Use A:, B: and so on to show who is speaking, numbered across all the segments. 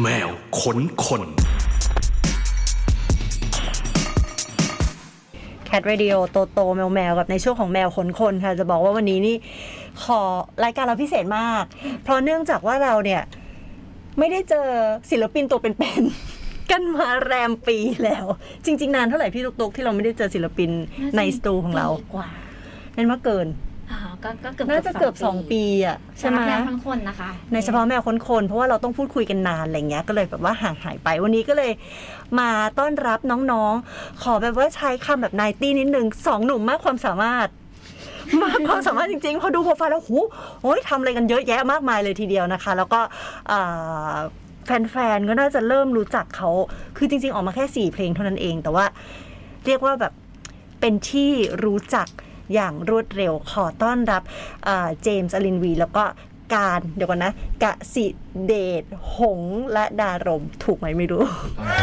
A: แมวขนคน
B: Cat Radio โตโตแมวแมวกับในช่วงของแมวขนคนค่ะ จะบอกว่าวันนี้นี่ขอรายการเราพิเศษมาก เพราะเนื่องจากว่าเราเนี่ย ไม่ได้เจอศิลปินตัวเป็นๆ กันมาแรมปีแล้ว จริง ๆ นานเท่าไหร่พี่ตุกๆ ที่เราไม่ได้เจอศิลปินในสตูของเรา
C: ปีกว่า
B: นั่นว่าเกิน
C: อ๋อก็ก็เกือบ
B: น่าจะเกือบสองปีอะใช่
C: ใช่
B: ไห
C: ไห
B: ม
C: มแมวทั้งคนนะคะ
B: ในเฉพาะแมวค้นคนๆเพราะว่าเราต้องพูดคุยกันนานอะไรเงี้ย ก็เลยแบบว่าห่างหายไป วันนี้ก็เลยมาต้อนรับน้องๆ ขอแบบว่าใช้คำแบบนายตี้นิดนึงสองหนุ่มมากความสามารถ มากความสามารถจริงๆ พอดูโปรไฟล์แล้วหูโอ้ยทำอะไรกันเยอะแยะมากมายเลยทีเดียวนะคะ แล้วก็เอ่อแฟนๆ ก็น่าจะเริ่มรู้จักเขา คือจริงๆ ออกมาแค่ 4 เพลงเท่านั้นเอง แต่ว่าเรียกว่าแบบเป็นที่รู้จักอย่างรวดเร็วขอต้อนรับเจมส์อลินวี แล้วก็การเดี๋ยวก่อนนะ กะสิเดชหงส์และดารมถูกไหมไม่รู้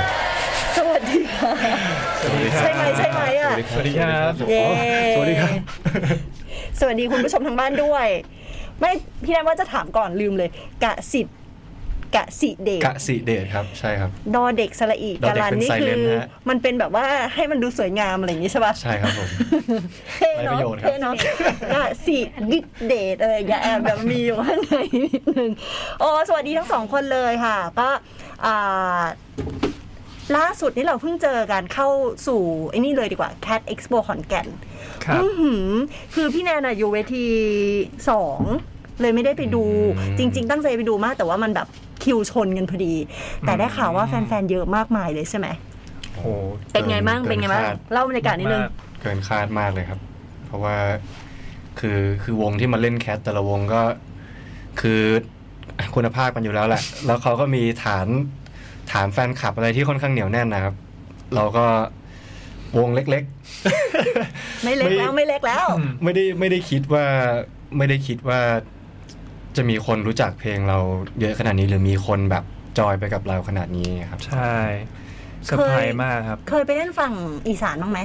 B: สวัสดีค่ะ ใช่ไหมใช่ไหมอะ
D: สวัสดีครับ
B: เย้
D: สวัสดีครับ
B: สวัสดีคุณผู้ชมทางบ้านด้วย ไม่พี่แนทว่าจะถามก่อนลืมเลย กะสิทธิ์กะสิเดช
D: กะสีเดชครับ ใช่ครับ
B: ดอเด็กสระอี
D: ดอก
B: ะ
D: เด็ก
B: ลัน
D: เป็น
B: นี่คือ
D: silent ฮะ
B: มันเป็นแบบว่าให้มันดูสวยงามอะไรอย่างนี้ใช่ป่ะ
D: ใช่ครับผม
B: เท่
D: ไม่ประ
B: เนาะ
D: โยชน์ครับ
B: เท่เนาะกะสิดิดเดชอะไรอย่างเงี้ยแอบแบบมีอยู่ข้างในนิดนึงโอ้สวัสดีทั้งสองคนเลยค่ะ ก็อ่า ล่าสุดนี่เราเพิ่งเจอกันเข้าสู่ไอ้นี่เลยดีกว่า Cat Expo ขอนแก่น
D: ครับ
B: อื้อหือคือพี่แนนอะอยู่เวทีสองเลยไม่ได้ไปดู
D: อืม
B: จริง ๆ ตั้งใจไปดูมาก แต่ว่ามันแบบคิวชนกันพอดี แต่ได้ข่าวว่าแฟนๆเยอะมากมายเลยใช่ไหม
D: โอ้โห
B: เป็นไงบ้างเป็นไงบ้าง
D: กิคด
B: เล่าบรรยากาศนิดนึง
D: เกินคาดมากเลยครับ เพราะว่าคือคือวงที่มาเล่นแคทแต่ละวงก็คือคุณภาพมันอยู่แล้วแหละ แล้วเขาก็มีฐานฐานแฟนคลับอะไรที่ค่อนข้างเหนียวแน่นนะครับ เราก็วงเล็ก ๆ
B: ไม่เล็กแล้วไม่เล็กแล้ว
D: ไม่ได้ไม่ได้คิดว่าไม่ได้คิดว่าจะมีคนรู้จักเพลงเราเยอะขนาดนี้ หรือมีคนแบบจอยไปกับเราขนาดนี้ครับ
E: ใช่เซอร์ไพรส์มากครับ
B: เคยไปเล่นฝั่งอีสานบ้างไหม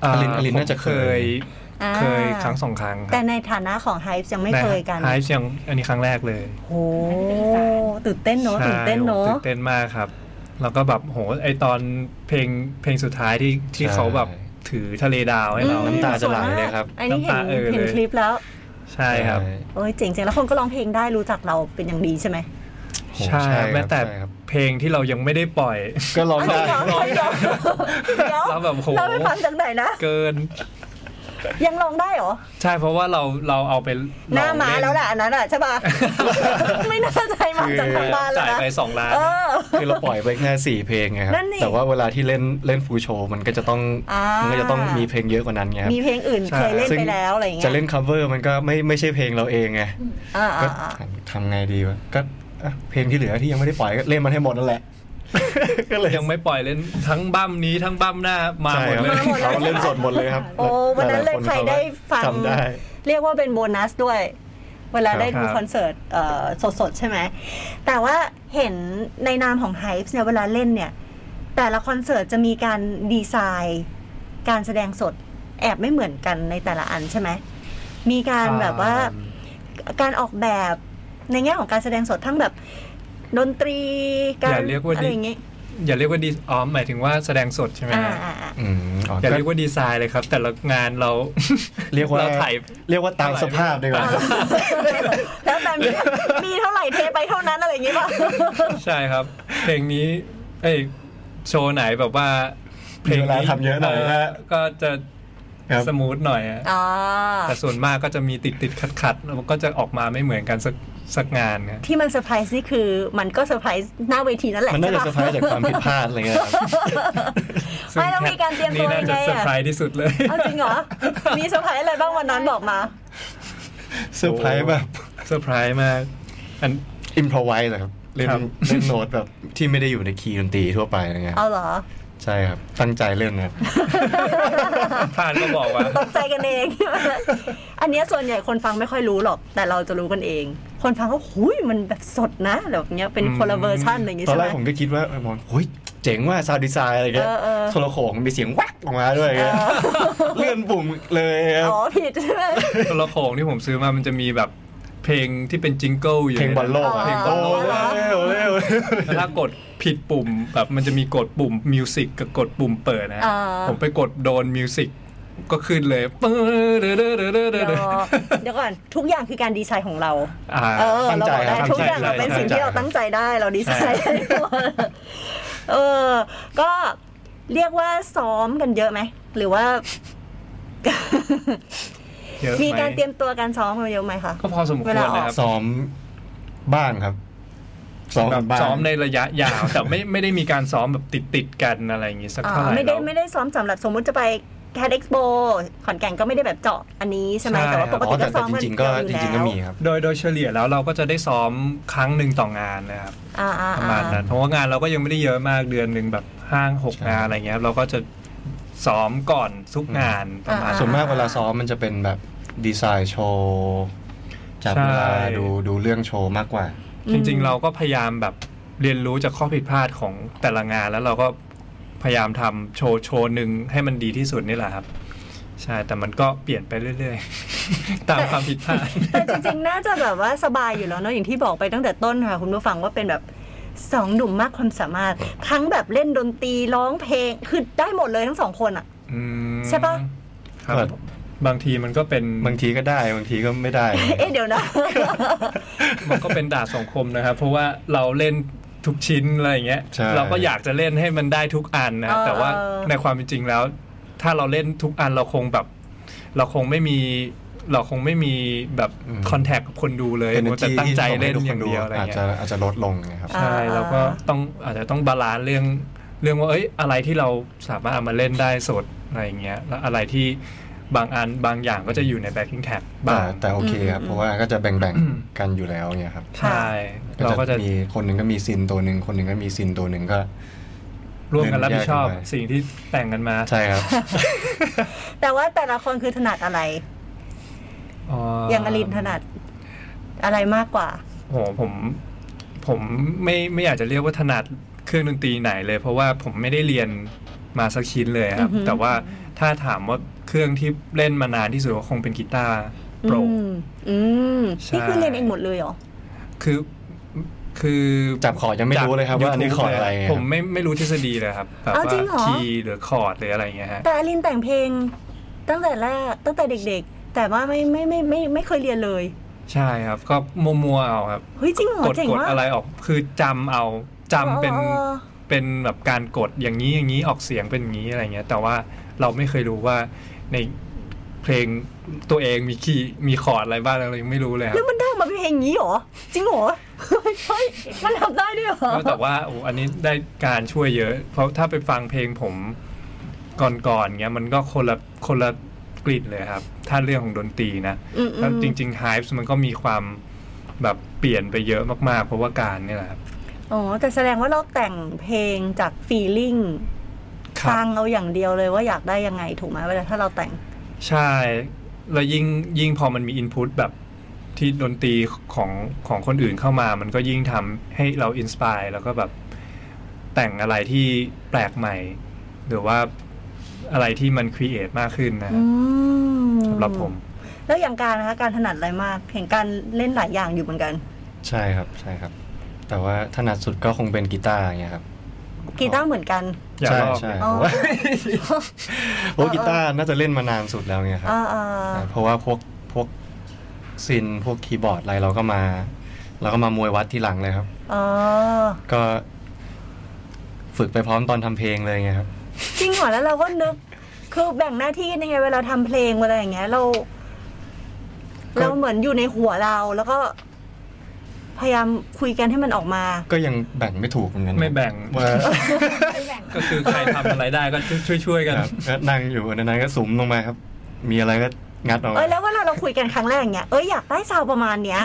E: เ
D: อลินอลินน่าจะเคย
B: อ่า
E: เคยครั้งสองครั้งค
B: แต่
E: รับ
B: ในฐานะของไฮฟ์ยังไม่เคยกัน
E: ไฮฟ์ยังอันนี้ครั้งแรกเลย
B: โอ้ตื่นเต้นเนอะ
E: ใช่
B: ตื่นเต้นเนอะ
E: ตื่นเต้นมากครับ แล้วก็แบบโหไอตอนเพลงเพลงสุดท้ายที่ที่
D: ใช่
E: เขาแบบถือทะเลดาวให้เรา
D: น้ำตาจะไหลเลยครับ
B: อันนี้เห็น
E: น้ำตาเอ่อ
B: เห็น
E: เลย
B: คลิปแล้ว
E: ใช่ครับ
B: โอ้ยเจ๋งๆแล้วคนก็ร้องเพลงได้รู้จักเราเป็นอย่างดีใช่ไหม
D: โห
E: ใช่
D: ใช่ครับ
E: แม้แต่
D: ใช่ครับ
E: เพลงที่เรายังไม่ได้ปล่อย
D: ก็ร้อง
B: จ
D: ได้
B: ริงเหรอเฮ้ยเดี๋ยวเดี๋ยว
E: เราแบบโห
B: เราไปฟังจากไหนนะ
E: เกิน
B: ยังลองได้เหรอ
E: ใช่เพราะว่าเราเราเอาไป
B: หน้าม้าแล้วแห
E: ะ
B: ละอันนั้นอ่ะใช่ป่ะ ไม่น่าใจมาจากทางบ้านเลย
E: จ่าย
B: นะ
E: ไปสองล้าน
B: เออ
D: คือเราปล่อยไปแค่สี่เพลงไงครับ
B: นั่นนี่
D: แต่ว่าเวลาที่เล่นเล่นฟูลโชว์มันก็จะต้อง
B: อ่ามั
D: มันก็จะต้องมีเพลงเยอะกว่านั้นไงครับ
B: มีเพลงอื่นเคยเล่นไปแล้วอะไรอย่างเงี้ย
D: จะเล่น cover มันก็ไม่ไม่ใช่เพลงเราเองไง
B: อ่า
D: ก็
B: อ่าอ่า
D: ทำไงดีวะก็อ่ะเพลงที่เหลือที่ยังไม่ได้ปล่อยก็เล่นมันให้หมดนั่นแหละ ก็เลย
E: ยังไม่ปล่อยเล่นทั้งบั้มนี้ทั้งบั้มหน้ามาหมดเลย
D: ใช่ครับเราเล่นสดหมดเลยครับ
B: โอ้วันนั้นเลย
D: หาๆ
B: ใครได้ฟัง
D: จำได้
B: เรียกว่าเป็นโบนัสด้วย เวลาได้ดู
E: ครับ
B: คอนเสิร์ตเอ่อสดๆ ใช่ไหม แต่ว่าเห็นในนามของ h y p e เนี่ยเวลาเล่นเนี่ย แต่ละคอนเสิร์ตจะมีการดีไซน์ การแสดงสดแอบไม่เหมือนกันในแต่ละอันใช่ไหม มีการแบบว่า การออกแบบในแง่ของการแสดงสดทั้งแบบดนตรีการ
E: อย่าเรียกว่าดิ
B: อะไรอย่างงี้
E: อย่าเรียกว่าดีอ๋อหมายถึงว่าแสดงสดใช่ไหม
B: อ่า
E: ฮะ
B: อ่าอ่า
D: อืมอ๋อ
E: อย่า
D: ก็
E: เรียกว่าดีไซน์เลยครับ แต่ละงานเรา
D: เรียกว่า
E: เราถ่าย
D: เรียกว่าตามสภาพดีกว่า
B: แล้วแต่มีมีเท่าไหร่เทไปเท่านั้นอะไรอย่างงี้ป่ะ
E: ใช่ครับ เพลงนี้ เอ้ยโชว์ไหนแบบว่า เพล
D: มี
E: ง
D: เวลา
E: นี้
D: ทำเยอะหน่อยนะฮะ
E: ก็จะ
D: ครับ
E: สมูทหน่อยอะ
B: อ๋อ
E: แต่ส่วนมากก็จะมีติดติดขัดขัดๆแล้วก็จะออกมาไม่เหมือนกันสักสักงานนะ
B: ที่มันเซอร์ไพรส์นี่คือมันก็เซอร์ไพรส์หน้าเวทีนั่นแหละ
D: มันน่า
B: ใช่
D: จะ
B: ปะ
D: เซอร์ไพรส์จากความผิดพลาดอะไรเงี้ยครับ
E: ซึ่
B: ไม่ต้องมีการเตรียมตัว
E: นี่น่า
B: ยัง
E: จะ
B: ไงอะ
E: เซอร์ไพรส์ที่สุดเลย
B: เอาจริงเหรอ มีเซอร์ไพรส์อะไรบ้างวันนั้นบอกมา
D: เซอร์ไพรส์แบบ
E: เซอร์ไพรส์มาก อัน
D: อินพรไวส์เหรอครับเล่น
E: ครับ
D: เล่นโน้ตแบบที่ไม่ได้อยู่ในคีย์ดนตรีทั่วไปอะไรเงี้ย
B: เอาเหรอ
D: ใช่ครับ ตั้งใจเล่นนะครับ
E: ผ่านก็บอกว่า
B: ตกใจกันเอง อันเนี้ยส่วนใหญ่คนฟังไม่ค่อยรู้หรอก แต่เราจะรู้กันเอง คนฟังก็หุยมันแบบสดนะแบบเนี้ยเป็นคนละเวอร์ชันอะไรอย่างงี้
D: ตอน
B: ใช่
D: แร
B: ไหม
D: กผมก็คิดว่าเออมองเฮ้ยเจ๋งว่าซาวด์ดีไซน์อะไรเงี้ย
B: เออเออ
D: โทรโขงมีเสียงแวักออกมาด้วยเงี้ยเลื่อนปุ่มเลยครับ
B: อ๋อผิดใช่ไหม
E: ตัวละครที่ผมซื้อมามันจะมีแบบ เพลงที่เป็นจิงเกิลอยู่
D: เพลง
E: ใน
D: บ
E: นั้
D: อล
E: น
D: โลก
B: อ๋อ
D: เพลงบอลโลกเร็วเร็ว
E: แล้วถ้ากดผิดปุ่มแบบมันจะมีกดปุ่มมิวสิกกับกดปุ่มเปิดนะ
B: อ่า
E: ผมไปกดโดนมิวสิกก็ขึ้นเลยเปิ้ลเด้อเด้อเด้อเด้อ
B: เดี๋ยว
E: เด้อ
B: เดี๋ยวก่อนทุกอย่างคือการดีไซน์ของเรา
D: อ่า
B: เออ
D: ตั้ง
B: เรา
D: ใจ
B: บอกได้
D: ครับ
B: ทุกอย่างเรา
E: ตั้
B: เป็น
E: งใจ
B: สิ่งที่เราตั้งใจได้เราดีไซน์ให้หมดเออ ก็เรียกว่าซ้อมกันเยอะไหมหรือว่า
E: เยอะไห
B: มีการเตรียมตัวการซ้อมกันเยอะไหมคะ
E: ก็พอสมควร
B: เวลาออก
E: นะครับ
D: ซ้อมบ้างครับซ้อม
E: แบบ
D: บ้าง
E: ซ้อมในระยะยาว แต่ไม่ไม่ได้มีการซ้อมแบบติดติดๆกันอะไรอย่างงี้สัก
B: อ่า
E: เท่าไหร่
B: ไม่ได้
E: แล้ว
B: ไม่ได้ซ้อมสำหรับสมมุติจะไปแคดเอ็กซ์โปขอนแก่นก็ไม่ได้แบบเจาะอันนี้ใช่ไหม
E: ใช่
B: แต่ว่าปก
D: อ๋
B: ติ
D: อแต่
B: ก็ซ้
D: แต่
B: อมกัน
D: จริง ๆ ก็
B: เยอะอ
D: จ
B: ยู่แล้ว
D: ริง ๆ ก็มีครับ
E: โดยโดยเฉลี่ยแล้วเราก็จะได้ซ้อมครั้งหนึ่งต่องานนะครับ
B: อ่าอ่
E: ประมาณนั้นเพราะว่างานเราก็ยังไม่ได้เยอะมากเดือนหนึ่งแบบห้างหก
D: ใช่
E: งานอะไรเงี้ยเราก็จะซ้อมก่อนทุกงานประมาณ
D: ส่วนมากเวลาซ้อมมันจะเป็นแบบดีไซน์โชว์จับเวลา
E: ใช่
D: ดูดูเรื่องโชว์มากกว่า
E: จริง ๆ เราก็พยายามแบบเรียนรู้จากข้อผิดพลาดของแต่ละงาน แล้วเราก็พยายามทำโชว์โชว์หนึ่งให้มันดีที่สุดนี่แหละครับ ใช่แต่มันก็เปลี่ยนไปเรื่อยๆ ตามความผิดพลาด
B: แต่จริง ๆ น่าจะแบบว่าสบายอยู่แล้วเนาะอย่างที่บอกไปตั้งแต่ต้นค่ะ คุณผู้ฟังว่าเป็นแบบสองหนุ่มมากความสามารถ ทั้งแบบเล่นดนตรีร้องเพลงคือได้หมดเลยทั้งสองคนอ่ะ
E: อืม
B: ใช่ปะ
E: ครับ
D: เปิด
E: บางทีมันก็เป็น
D: บางทีก็ได้บางทีก็ไม่ได้
B: เอ๊ะเดี๋ยวนะ
E: มันก็เป็นดาบสองคมนะครับ เพราะว่าเราเล่นทุกชิ้นอะไรอย่างเงี้ย
D: ใช่
E: เราก็อยากจะเล่นให้มันได้ทุกอันนะครับ
B: เออ
E: แต่ว่า
B: เออ
E: ในความเป็นจริงแล้ว ถ้าเราเล่นทุกอันเราคงแบบ เราคงไม่มี เราคงไม่มีแบบ
D: อืม
E: คอนแทคกับคนดูเลยมัวแต่
D: Energy
E: ตั้งใจ
D: ที่
E: เล่น
D: ส่ให้
E: อย่างเดียวอะไร
D: อาจ
E: เงี้
D: จะ
E: ย
D: อาจจะลดลงนะครับ
B: อ่า
E: ใช่เราก็ต้องอาจจะต้องบาลานซ์เรื่องเรื่องว่าเอ้ยอะไรที่เราสามารถเอามาเล่นได้สดอะไรอย่างเงี้ยแล้วอะไรที่บางอันบางอย่างก็จะอยู่ในแบ็กกิ้งแท็ก
D: แต่
E: บ้าง
D: แต่โอเคครับ
B: อืม
D: เพราะว่าก็จะแบ่งๆกันอยู่แล้วเนี่ยครับ
E: ใช่ เราก็จะ
D: มีคนหนึ่งก็มีซินตัวหนึ่งคนหนึ่งก็มีซินตัวหนึ่งก็
E: ร่วมกันรับผิดชอบ
D: เน้นแยกกันไป
E: สิ่งที่แต่งกันมา
D: ใช่ครับ
B: แต่ว่าแต่ละคนคือถนัดอะไร อย่างอลินถนัด อะไรมากกว่า
E: โหผม ผมไม่ไม่อยากจะเรียกว่าถนัดเครื่องดนตรีไหนเลย เพราะว่าผมไม่ได้เรียนมาสักชิ้นเลยครับ
B: อือหือ
E: แต่ว่าถ้าถามว่าเครื่องที่เล่นมานานที่สุดก็คงเป็นกีตาร์โปร่ง
B: อืมอืม
E: ใช่
B: นี่คือเรียนเองหมดเลยเหรอ
E: คือคือ
D: จับคอร์ดยังไม่รู้เลยครับ
E: จก
D: ว่าอันนี้ค
E: YouTube
D: อร์ดอะไรไงครับ
E: ผมไม่ไม่รู้ทฤษฎีเลยครับแบบ
B: อ้าว
E: ว่า
B: จริงเหรอ
E: คีย์หรือคอร์ดหรืออะไรอย่างเงี้ยฮะ
B: แต่อลินแต่งเพลง ตั้งแต่แรกตั้งแต่เด็ก ๆ แต่ว่าไม่ไม่ไม่ไม่ไม่เคยเรียนเลย
E: ใช่ครับ ก็มัวๆเอาครับ
B: เฮ้ยจริงเหรอก
E: ด
B: เจ๋ง
E: กด
B: มาก
E: อะไรออกคือจำเอาจำเป็น
B: อ๋ออ๋อ
E: เป็นแบบการกดอย่างนี้อย่างนี้ออกเสียงเป็นอย่างนี้อะไรเงี้ย แต่ว่าเราไม่เคยรู้ว่าในเพลงตัวเองมีคีย์มีคอร์ดอะไรบ้างเรายังไม่รู้เลยครั
B: แล้วมันได้ออกมาเป็นเพลงอย่างนี้เหรอ จริงเหรอเฮ้ยเฮ้ยมันทำได้ด้วยเหรอ
E: บแต่ว่าโอ้อันนี้ได้การช่วยเยอะ เพราะถ้าไปฟังเพลงผมก่อนๆเงี้ยมันก็คนละคนละกลิ่นเลยครับ ถ้าเรื่องของดนตรีนะ
B: อืมๆ
E: แล้วจริงๆ Hives มันก็มีความแบบเปลี่ยนไปเยอะมากๆ เพราะว่าการเนี่ยแหละครับ
B: อ๋อแต่แสดงว่าเราแต่งเพลงจากฟีลิ่งฟังเอาอย่างเดียวเลยว่าอยากได้ยังไงถูกไหมเวลาถ้าเราแต่ง
E: ใช่ แล้วยิ่งยิ่งพอมันมีอินพุตแบบที่ดนตรีของของคนอื่นเข้ามา มันก็ยิ่งทำให้เราอินสปายแล้วก็แบบแต่งอะไรที่แปลกใหม่ หรือว่าอะไรที่มันครีเอทมากขึ้นนะ
B: อืม
E: สำหรับผม
B: แล้วอย่างการนะคะการถนัดอะไรมากเห็นการเล่นหลายอย่างอยู่เหมือนกัน
D: ใช่ครับใช่ครับ แต่ว่าถนัดสุดก็คงเป็นกีตาร์อย่างเงี้ยครับ
B: กีตาร์เหมือนกัน
E: อย่า
D: ใช่
E: ลอก
D: ใช่
E: เลย
D: ค
B: อ๋
D: รั
B: อ
D: บโอ้ยโอ้ยกีตาร์น่าจะเล่นมานานสุดแล้วเนี่ยครับ
B: อ่าอ่า
D: เพราะว่าพวกพวกซินพวกคีย์บอร์ดอะไรเราก็มา เราก็มามวยวัดที่หลังเลยครับ
B: อ๋อ
D: ก็ฝึกไปพร้อมตอนทำเพลงเลยไงครับ
B: จริงเหรอแล้วเราก็นึกคือแบ่งหน้าที่กันยังไงเวลาทำเพลงเวลาอย่างเงี้ยเรา
D: ก็
B: เราเหมือนอยู่ในหัวเราแล้วก็ พยายามคุยกันให้มันออกมา
D: ก็ยังแบ่งไม่ถูกเหมือนกัน
E: ไม่แบ่ง
D: ว่า
C: ไม่แบ่ง
E: ก็คือใครทำอะไรได้ก็ช่วยช่วยๆกัน
D: ครับก็นั่งอยู่ในนั้นก็สุมลงมาครับ มีอะไรก็งัดออก
B: เอ
D: มา
B: อแล้วเวลาเราคุยกันครั้งแรกอย่างเงี้ยเอ้ยอยากได้ซาวด์ประมาณเนี้ย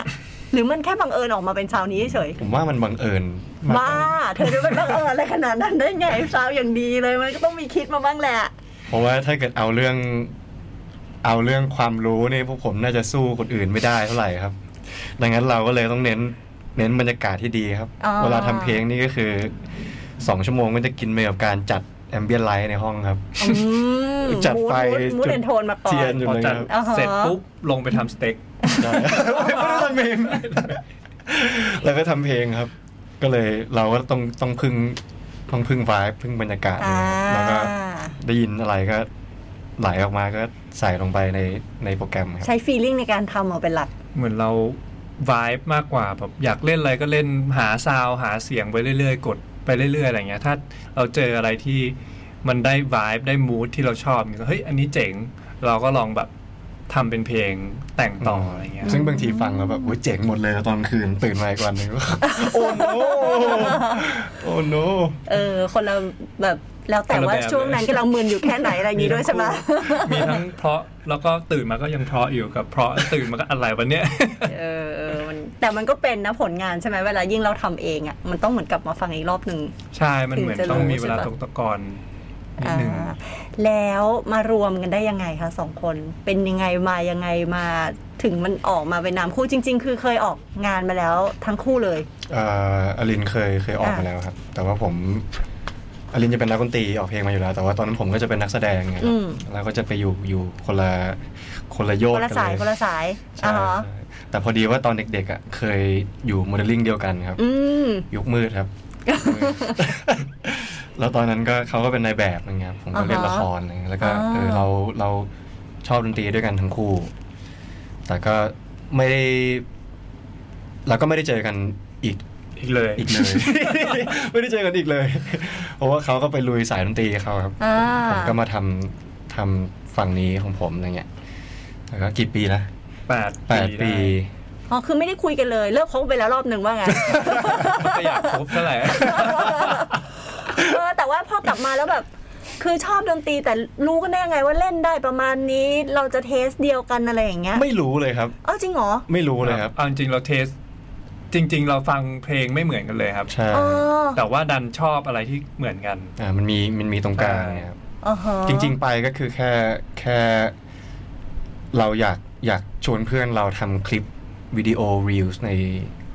B: หรือมันแค่บังเอิญออกมาเป็นซาวด์นี้เฉย
D: ผมว่ามันบังเอิญมาก
B: บ้าเธอจะเป็นบังเอิญอะไรขนาดนั้นได้ไงซาวด์อย่างดีเลยมันก็ต้องมีคิดมาบ้างแหละ
D: เพราะว่าถ้าเกิดเอาเรื่อง เอาเรื่องความรู้นี่พวกผมน่าจะสู้คนอื่นไม่ได้เท่าไหร่ครับ ดังนั้นเราก็เลยต้องเน้น เน้นบรรยากาศที่ดีครับ
B: อ๋อ
D: เวลาทำเพลงนี่ก็คือสองชั่วโมงก็จะกินไปกับการจัดแอมเบียนไลท์ในห้องครับ
B: อืม
D: จัดไฟ
B: มูดมูดมูด
D: จุด
B: เอนโทนมาก่อ
D: เทีย
B: น
D: นอยู่
E: พอ
D: เลย
E: จัด
D: ครับ
B: อ่าฮะ
E: เสร็จปุ๊บลงไปทำสเต็ก
D: ใช่ไม่ได้ท อนมีมแล้วก็ทำเพลงครับ ก็เลยเราก็ต้องต้องพึ่งต้องพึ่งไฟพึ่งบรรยากาศ
B: อ่า
D: แล้วก็ได้ยินอะไรก็ไหลออกมาก็ใส่ลงไปในในโปรแกรมครับ
B: ใช้ฟีลิ่งในการทำเอาเป็นหลัก
E: เหมือนเราวายมากกว่าแบบอยากเล่นอะไรก็เล่นหาซาวด์หาเสียงไปเรื่อยๆ กดไปเรื่อยๆอะไรเงี้ย ถ้าเราเจออะไรที่มันได้วายได้มูทที่เราชอบเนี่ยก็เฮ้ยอันนี้เจ๋งเราก็ลองแบบทำเป็นเพลงแต่งต่ออะไรเงี้ย
D: ซึ่งบางทีฟังแล้วแบบโอ้ยเจ๋งหมดเลยตอน คืนตื่นมาอีกวันหนึ่ง โอ้โนโอ้โน
B: เออ คนเราแบบแล้วแต่ว่าช่วงนั้นก็เรามึนอยู่แค่ไหนอะไรอย่างนี้ด้วยใช่ไหม
E: มีทั้งเพราะแล้วก็ตื่นมาก็ยังเพราะอยู่กับเพราะตื่นมาก็อะไรวันเนี้ย
B: เออเออมันแต่มันก็เป็นนะผลงานใช่ไหมเวลายิ่งเราทำเองอ่ะมันต้องเหมือนกลับมาฟังอีกรอบหนึ่ง
E: ใช่ มันเหมือน
B: ถึงจะรู้
E: ต้องมีเวลา
B: ใช่ปะ
E: ตกตะกอนนิด
B: อ่า
E: นึง
B: แล้วมารวมกันได้ยังไงคะสองคน เป็นยังไงมายังไงมาถึงมันออกมาเป็นนามคู่จริง ๆ คือเคยออกงานมาแล้วทั้งคู่เลย
D: เอ่ออลินเคยเคยออก
B: อ่ะ
D: มาแล้วครับ แต่ว่าผมอลินจะเป็นนักดนตรีออกเพลงมาอยู่แล้ว แต่ว่าตอนนั้นผมก็จะเป็นนักแสดงไงครับ
B: อืม
D: แล้วก็จะไปอยู่อยู่คนละคนละโย
B: ค
D: ก
B: นละ
D: กั
B: สาย
D: เลย
B: คนละสาย
D: ใช่
B: อ่าฮะ
D: ใช่แต่พอดีว่าตอนเด็กๆอ่ะเคยอยู่โมเดลลิ่งเดียวกันครับ
B: อืม
D: ยุคมืดครับ แล้วตอนนั้นก็เขาก็เป็นนายแบบอะไรเงี้ยผมก็เล่น
B: อ่าฮะ
D: ละครอะไรเงี้ยแล้วก็
B: อ่า
D: เออเราเราชอบดนตรีด้วยกันทั้งคู่ แต่ก็ไม่ได้เราก็ไม่ได้เจอกันอีก
E: อีกเลย
D: อีกเลย ไม่ได้เจอกันอีกเลย เพราะว่าเขาก็ไปลุยสายดนตรีเขาครับ
B: อ่า
D: ผมก็มาทำทำฝั่งนี้ของผมอะไรเงี้ยแล้วก็กี่ปีนะ
E: แปด
D: แปดปี
E: ได้
B: อ๋อคือไม่ได้คุยกันเลย เลิกคบไปแล้วรอบหนึ่งว่าไงน
E: มันจะอยากครบเท่าไหร่
B: เออแต่ว่าพอกลับมาแล้วแบบ คือชอบดนตรีแต่รู้กันได้ยังไงว่าเล่นได้ประมาณนี้เราจะเทสเดียวกันอะไรอย่างเงี้ย
D: ไม่รู้เลยครับ
B: เอ้าจริงเหรอ
D: ไม่รู้เลยครับ
E: เอาจริงๆเราเทส จริง ๆ เราฟังเพลงไม่เหมือนกันเลยครับ
D: ใช่
B: เออ
E: แต่ว่าดันชอบอะไรที่เหมือนกัน
D: อ่ามันมีมันมีตรงกลางเนี่ยครับ
B: อ่าฮะ
D: จริง ๆ ไปก็คือแค่แค่ เราอยากอยากชวนเพื่อนเราทำคลิปวิดีโอรีลส์ใน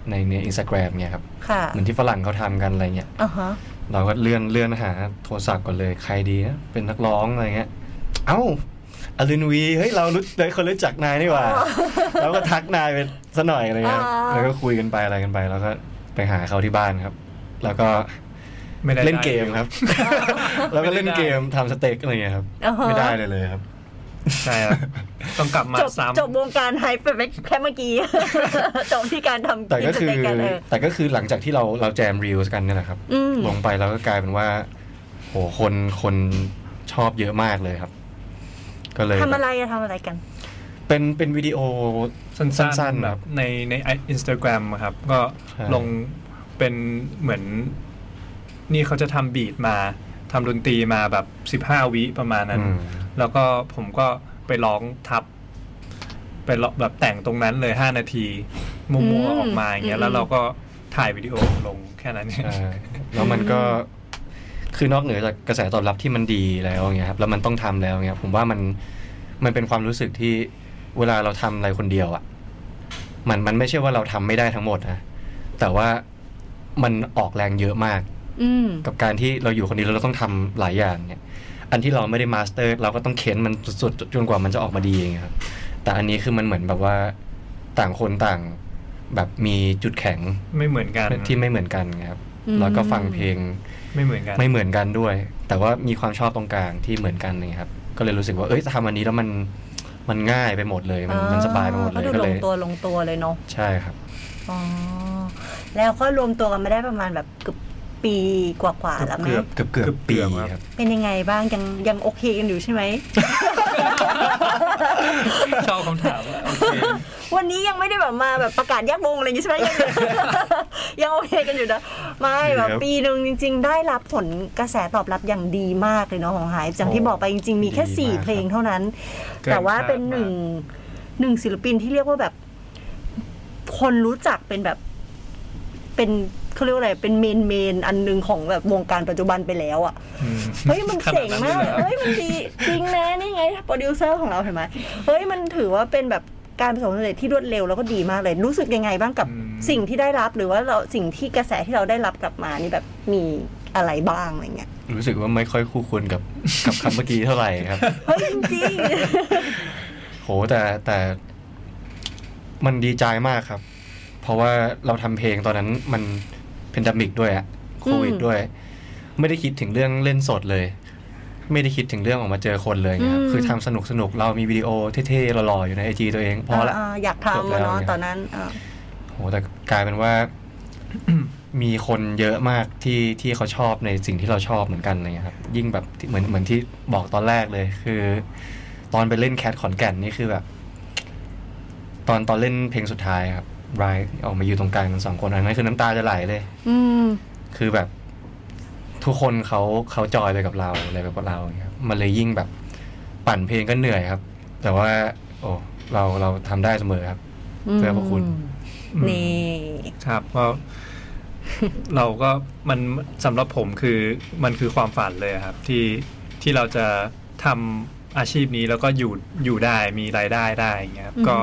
D: ในในอินสตาแกรมเนี่ยครับ
B: ค่ะ
D: เหมือนที่ฝรั่งเขาทำกันอะไรเงี้ย
B: อ่าฮะ
D: เราก็เลื่อนเลื่อนหาโทรศัพท์ก่อนเลยใครดีนะเป็นนักร้องอะไรเงี้ย เอ้าอลินวีเฮ้ยเรารู้เลยคนรู้จักนายนี่หว่าเราก็ทักนายไปซะหน่อยอะไรเงี้ยแล้วก็คุยกันไปอะไรกันไป แล้วก็ไปหาเขาที่บ้านครับ แล้วก็
E: ไม่ได้
D: เล่นเกม
E: ได้
D: ครับ แล้วก็เล่นเกมทำสเต็กอะไรเงี้ยครับ
B: อ่าฮะ
D: ไม่ได้เลยเลยครับ
E: ใช่ ครับต้องกลับมา
B: จบ
E: ซ้ำ
B: จบวงการไฮไปแค่เมื่อกี้ จบที่การทำ
D: แต่ก็คือ
B: กิจรรมนเออ
D: แต่ก็คือหลังจากที่เราเราแจมรีลส์กันเนี่ยแหละครับ
B: อืม
D: ลงไปแล้วก็กลายเป็นว่า โหคนคนชอบเยอะมากเลยครับ ก็เลย
B: ทำอะไรอะทำอะไรกัน
D: เป็นเป็นวิดีโอ สั้
E: สั้
D: น
E: น
D: ๆ
E: ๆแบบในในอินสตาแกรมครับ ก็
D: ใช่
E: ลงเป็นเหมือน นี่เขาจะทำบีทมาทำดนตรีมาแบบสิบห้าวิประมาณนั้น
D: อืม
E: แล้วก็ผมก็ไปร้องทับ ไปร้องแบบแต่งตรงนั้นเลยห้านาที
B: อื
E: มัว
B: ม
E: ๆออกมาอย่างเงี้
B: อืม
E: ยแล้วเราก็ถ่ายวิดีโอลงแค่นั้นเอง
D: เอ่อแล้วมันก็คือนอกเหนือจากกระแสตอบรับที่มันดีแล้วเงี้ยครับแล้วมันต้องทำแล้วเงี้ยผมว่ามันมันเป็นความรู้สึกที่เวลาเราทำอะไรคนเดียวอะ่ะมันมันไม่ใช่ว่าเราทำไม่ได้ทั้งหมดนะแต่ว่ามันออกแรงเยอะมาก
B: อืม
D: กับการที่เราอยู่คนเดียวแล้วเราต้องทำหลายอย่างเนี่ย อันที่เราไม่ได้มาสเตอร์ เราก็ต้องเค้นมันสุดๆจนกว่ามันจะออกมาดีอย่างเงี้ยครับ แต่อันนี้คือมันเหมือนแบบว่าต่างคนต่างแบบมีจุดแข็ง
E: ไม่เหมือนกัน
D: ที่ไม่เหมือนกันครับ แล้วก็ฟังเพลง
E: ไม่เหมือนกัน
D: ไม่เหมือนกันด้วย แต่ว่ามีความชอบตรงกลางที่เหมือนกันนี่ครับ ก็เลยรู้สึกว่า เอ้ยทำอันนี้แล้วมันมันง่ายไปหมดเลย มันมันสบายไปหมดเลย
B: ก็
D: ก็
B: ล
D: เล
B: ง
D: ย
B: ตัวลงตัวเลยเนาะ
D: ใช่ครับ
B: อ๋อ แล้วก็รวมตัวกันมาได้ประมาณแบบเกือบปีกว่าๆแล้วไหม
E: เกือบ
D: เกือบเกือบปีครับ
B: เป็นยังไงบ้างยังยังโอเคกันอยู่ใช่ไหม
E: ชอบคำถามอะโอเค
B: วันนี้ยังไม่ได้แบบมาแบบประกาศแยกวงอะไรอย่างงี้ใช่ไหม ยัง ยังโอเคกันอยู่นะไม่
D: ดี
B: แบ
D: ครับ
B: บปีหนึ่งจริง ๆ ได้รับผลกระแสตอบรับอย่างดีมากเลยเนาะของหายอย่างที่บอกไปจริง ๆ มีแค่
D: ดีมาก
B: สี่เพลง
D: ครับ
B: เท่านั้น
E: กิ
B: แต่ว่า
E: คด
B: เป็น
E: มก
B: หนึ่งหนึ่งศิลปินที่เรียกว่าแบบ คนรู้จักเป็นแบบ เป็นเขาเรียกว่าอะไร เป็นเมนเมนอันหนึ่งของแบบวงการปัจจุบันไปแล้วอะ่ะ
E: อืม
B: เฮ้ยมัน
E: ขนา
B: เจ๋
E: ด
B: ง
E: นั้น
B: มาก
E: เลยเหรอ
B: เฮ้ยมันดีจริงนะนี่ไงโปรดิวเซอร์ของเราเห็นไหมเฮ้ยมันถือว่าเป็นแบบการประสบความสำเร็จที่รวดเร็วแล้วก็ดีมากเลย รู้สึกยังไงบ้างกับ
E: อืม
B: สิ่งที่ได้รับหรือว่าเราสิ่งที่กระแสที่เราได้รับกลับมานี่แบบมีอะไรบ้างอะไรเงี้ย
D: รู้สึกว่าไม่ค่อยคู่ควรกับกับคำเมื่อกี้เท่าไหร่ครับ
B: เฮ้ยจริงๆ
D: โหแต่แต่ มันดีใจมากครับ เพราะว่าเราทำเพลงตอนนั้นมันเพนดมิกด้วยอะโควิด
B: อืม
D: ด้วย ไม่ได้คิดถึงเรื่องเล่นสดเลย ไม่ได้คิดถึงเรื่องออกมาเจอคนเลยเงี้ยครับ
B: อืม
D: คือทำสนุกสนุกๆเรามีวิดีโอเท่ๆหล่อๆอยู่ในไอจีตัวเอง พอละ
B: าๆอยาก
D: จบ
B: ทำ
D: แล้
B: อะ
D: ว
B: เนาะ
D: เนี่ย
B: ตอนนั้นอ่า
D: โหแต่กลายเป็นว่า มีคนเยอะมากที่ที่เขาชอบในสิ่งที่เราชอบเหมือนกันอะไรเงี้ยครับ ยิ่งแบบที่เหมือนเหมือนที่บอกตอนแรกเลย คือ ตอนไปเล่นแคทขอนแก่นนี่คือแบบ ตอนตอนเล่นเพลงสุดท้ายครับไรออกมาอยู่ตรงกลางกันสองคนอันนั้นคือน้ำตาจะไหลเลย
B: อืม
D: คือแบบ ทุกคนเขาเขาจอยไปกับเราอะไรไปกับเราอย่างเงี้ยครับมันเลยยิ่งแบบปั่นเพลงก็เหนื่อยครับ แต่ว่า โอ้เราเราทำได้เสมอครับ เพื่อพระคุณ
B: นี่
E: ครับก็ เราก็มันสำหรับผมคือมันคือความฝันเลยครับ ที่ที่เราจะทำอาชีพนี้แล้วก็อยู่อยู่ได้มีรายได้ได้อย่างเงี้ยครับ
B: อือฮึ
E: ก็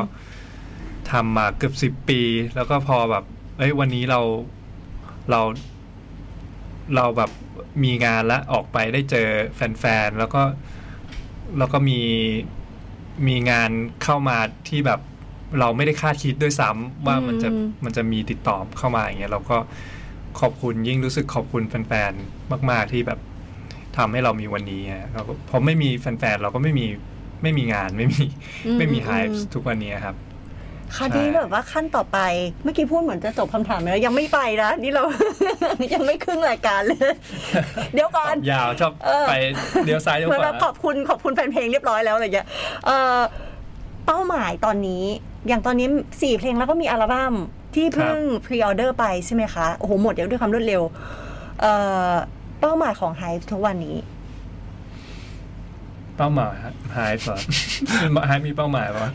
E: ทำมาเกือบสิบ10 ปี แล้วก็พอแบบ เอ้ยวันนี้เราเรา เราแบบมีงานและออกไปได้เจอแฟนๆแล้วก็แล้วก็มีมีงานเข้ามาที่แบบเราไม่ได้คาดคิดด้วยซ้ำว่ามันจะ
B: อืม
E: มันจะมีติดต่อเข้ามาอย่างเงี้ยเราก็ขอบคุณยิ่งรู้สึกขอบคุณแฟนๆมาก ๆที่แบบทำให้เรามีวันนี้ฮะเราก็เพราะไม่มีแฟนๆเราก็ไม่มีไม่มีงานไม่มีไม่มีไฮ
B: อืม
E: ทุกวันนี้ครับ
B: ค่ะ
E: ใช่
B: นี่แบบว่าขั้นต่อไป เมื่อกี้พูดเหมือนจะจบคำถามแล้วยังไม่ไปนะนี่เรา ยังไม่ครึ่งรายการเลย เดี๋ยวก่อน
E: ยาวชอบ
B: เออ
E: ไปเลี้ยวซ้ายเลี้ยว
B: เหมือ
E: ข
B: นแบบ
E: วา
B: ขอบคุณขอบคุณแฟนเพลงเรียบร้อยแล้วอะไรอย่างเงี้ยเอ่อเป้าหมายตอนนี้ อย่างตอนนี้สี่เพลงแล้วก็มีอัลบั้มที่เพิ่งพรีออเดอร์ไปใช่ไหมคะโอ้โหหมดเร็วด้วยความรวดเร็วเอ่อเป้าหมายของไฮทุกวันนี้
E: เป้าหมายหายเหรอ หายมีเป้าหมายปะ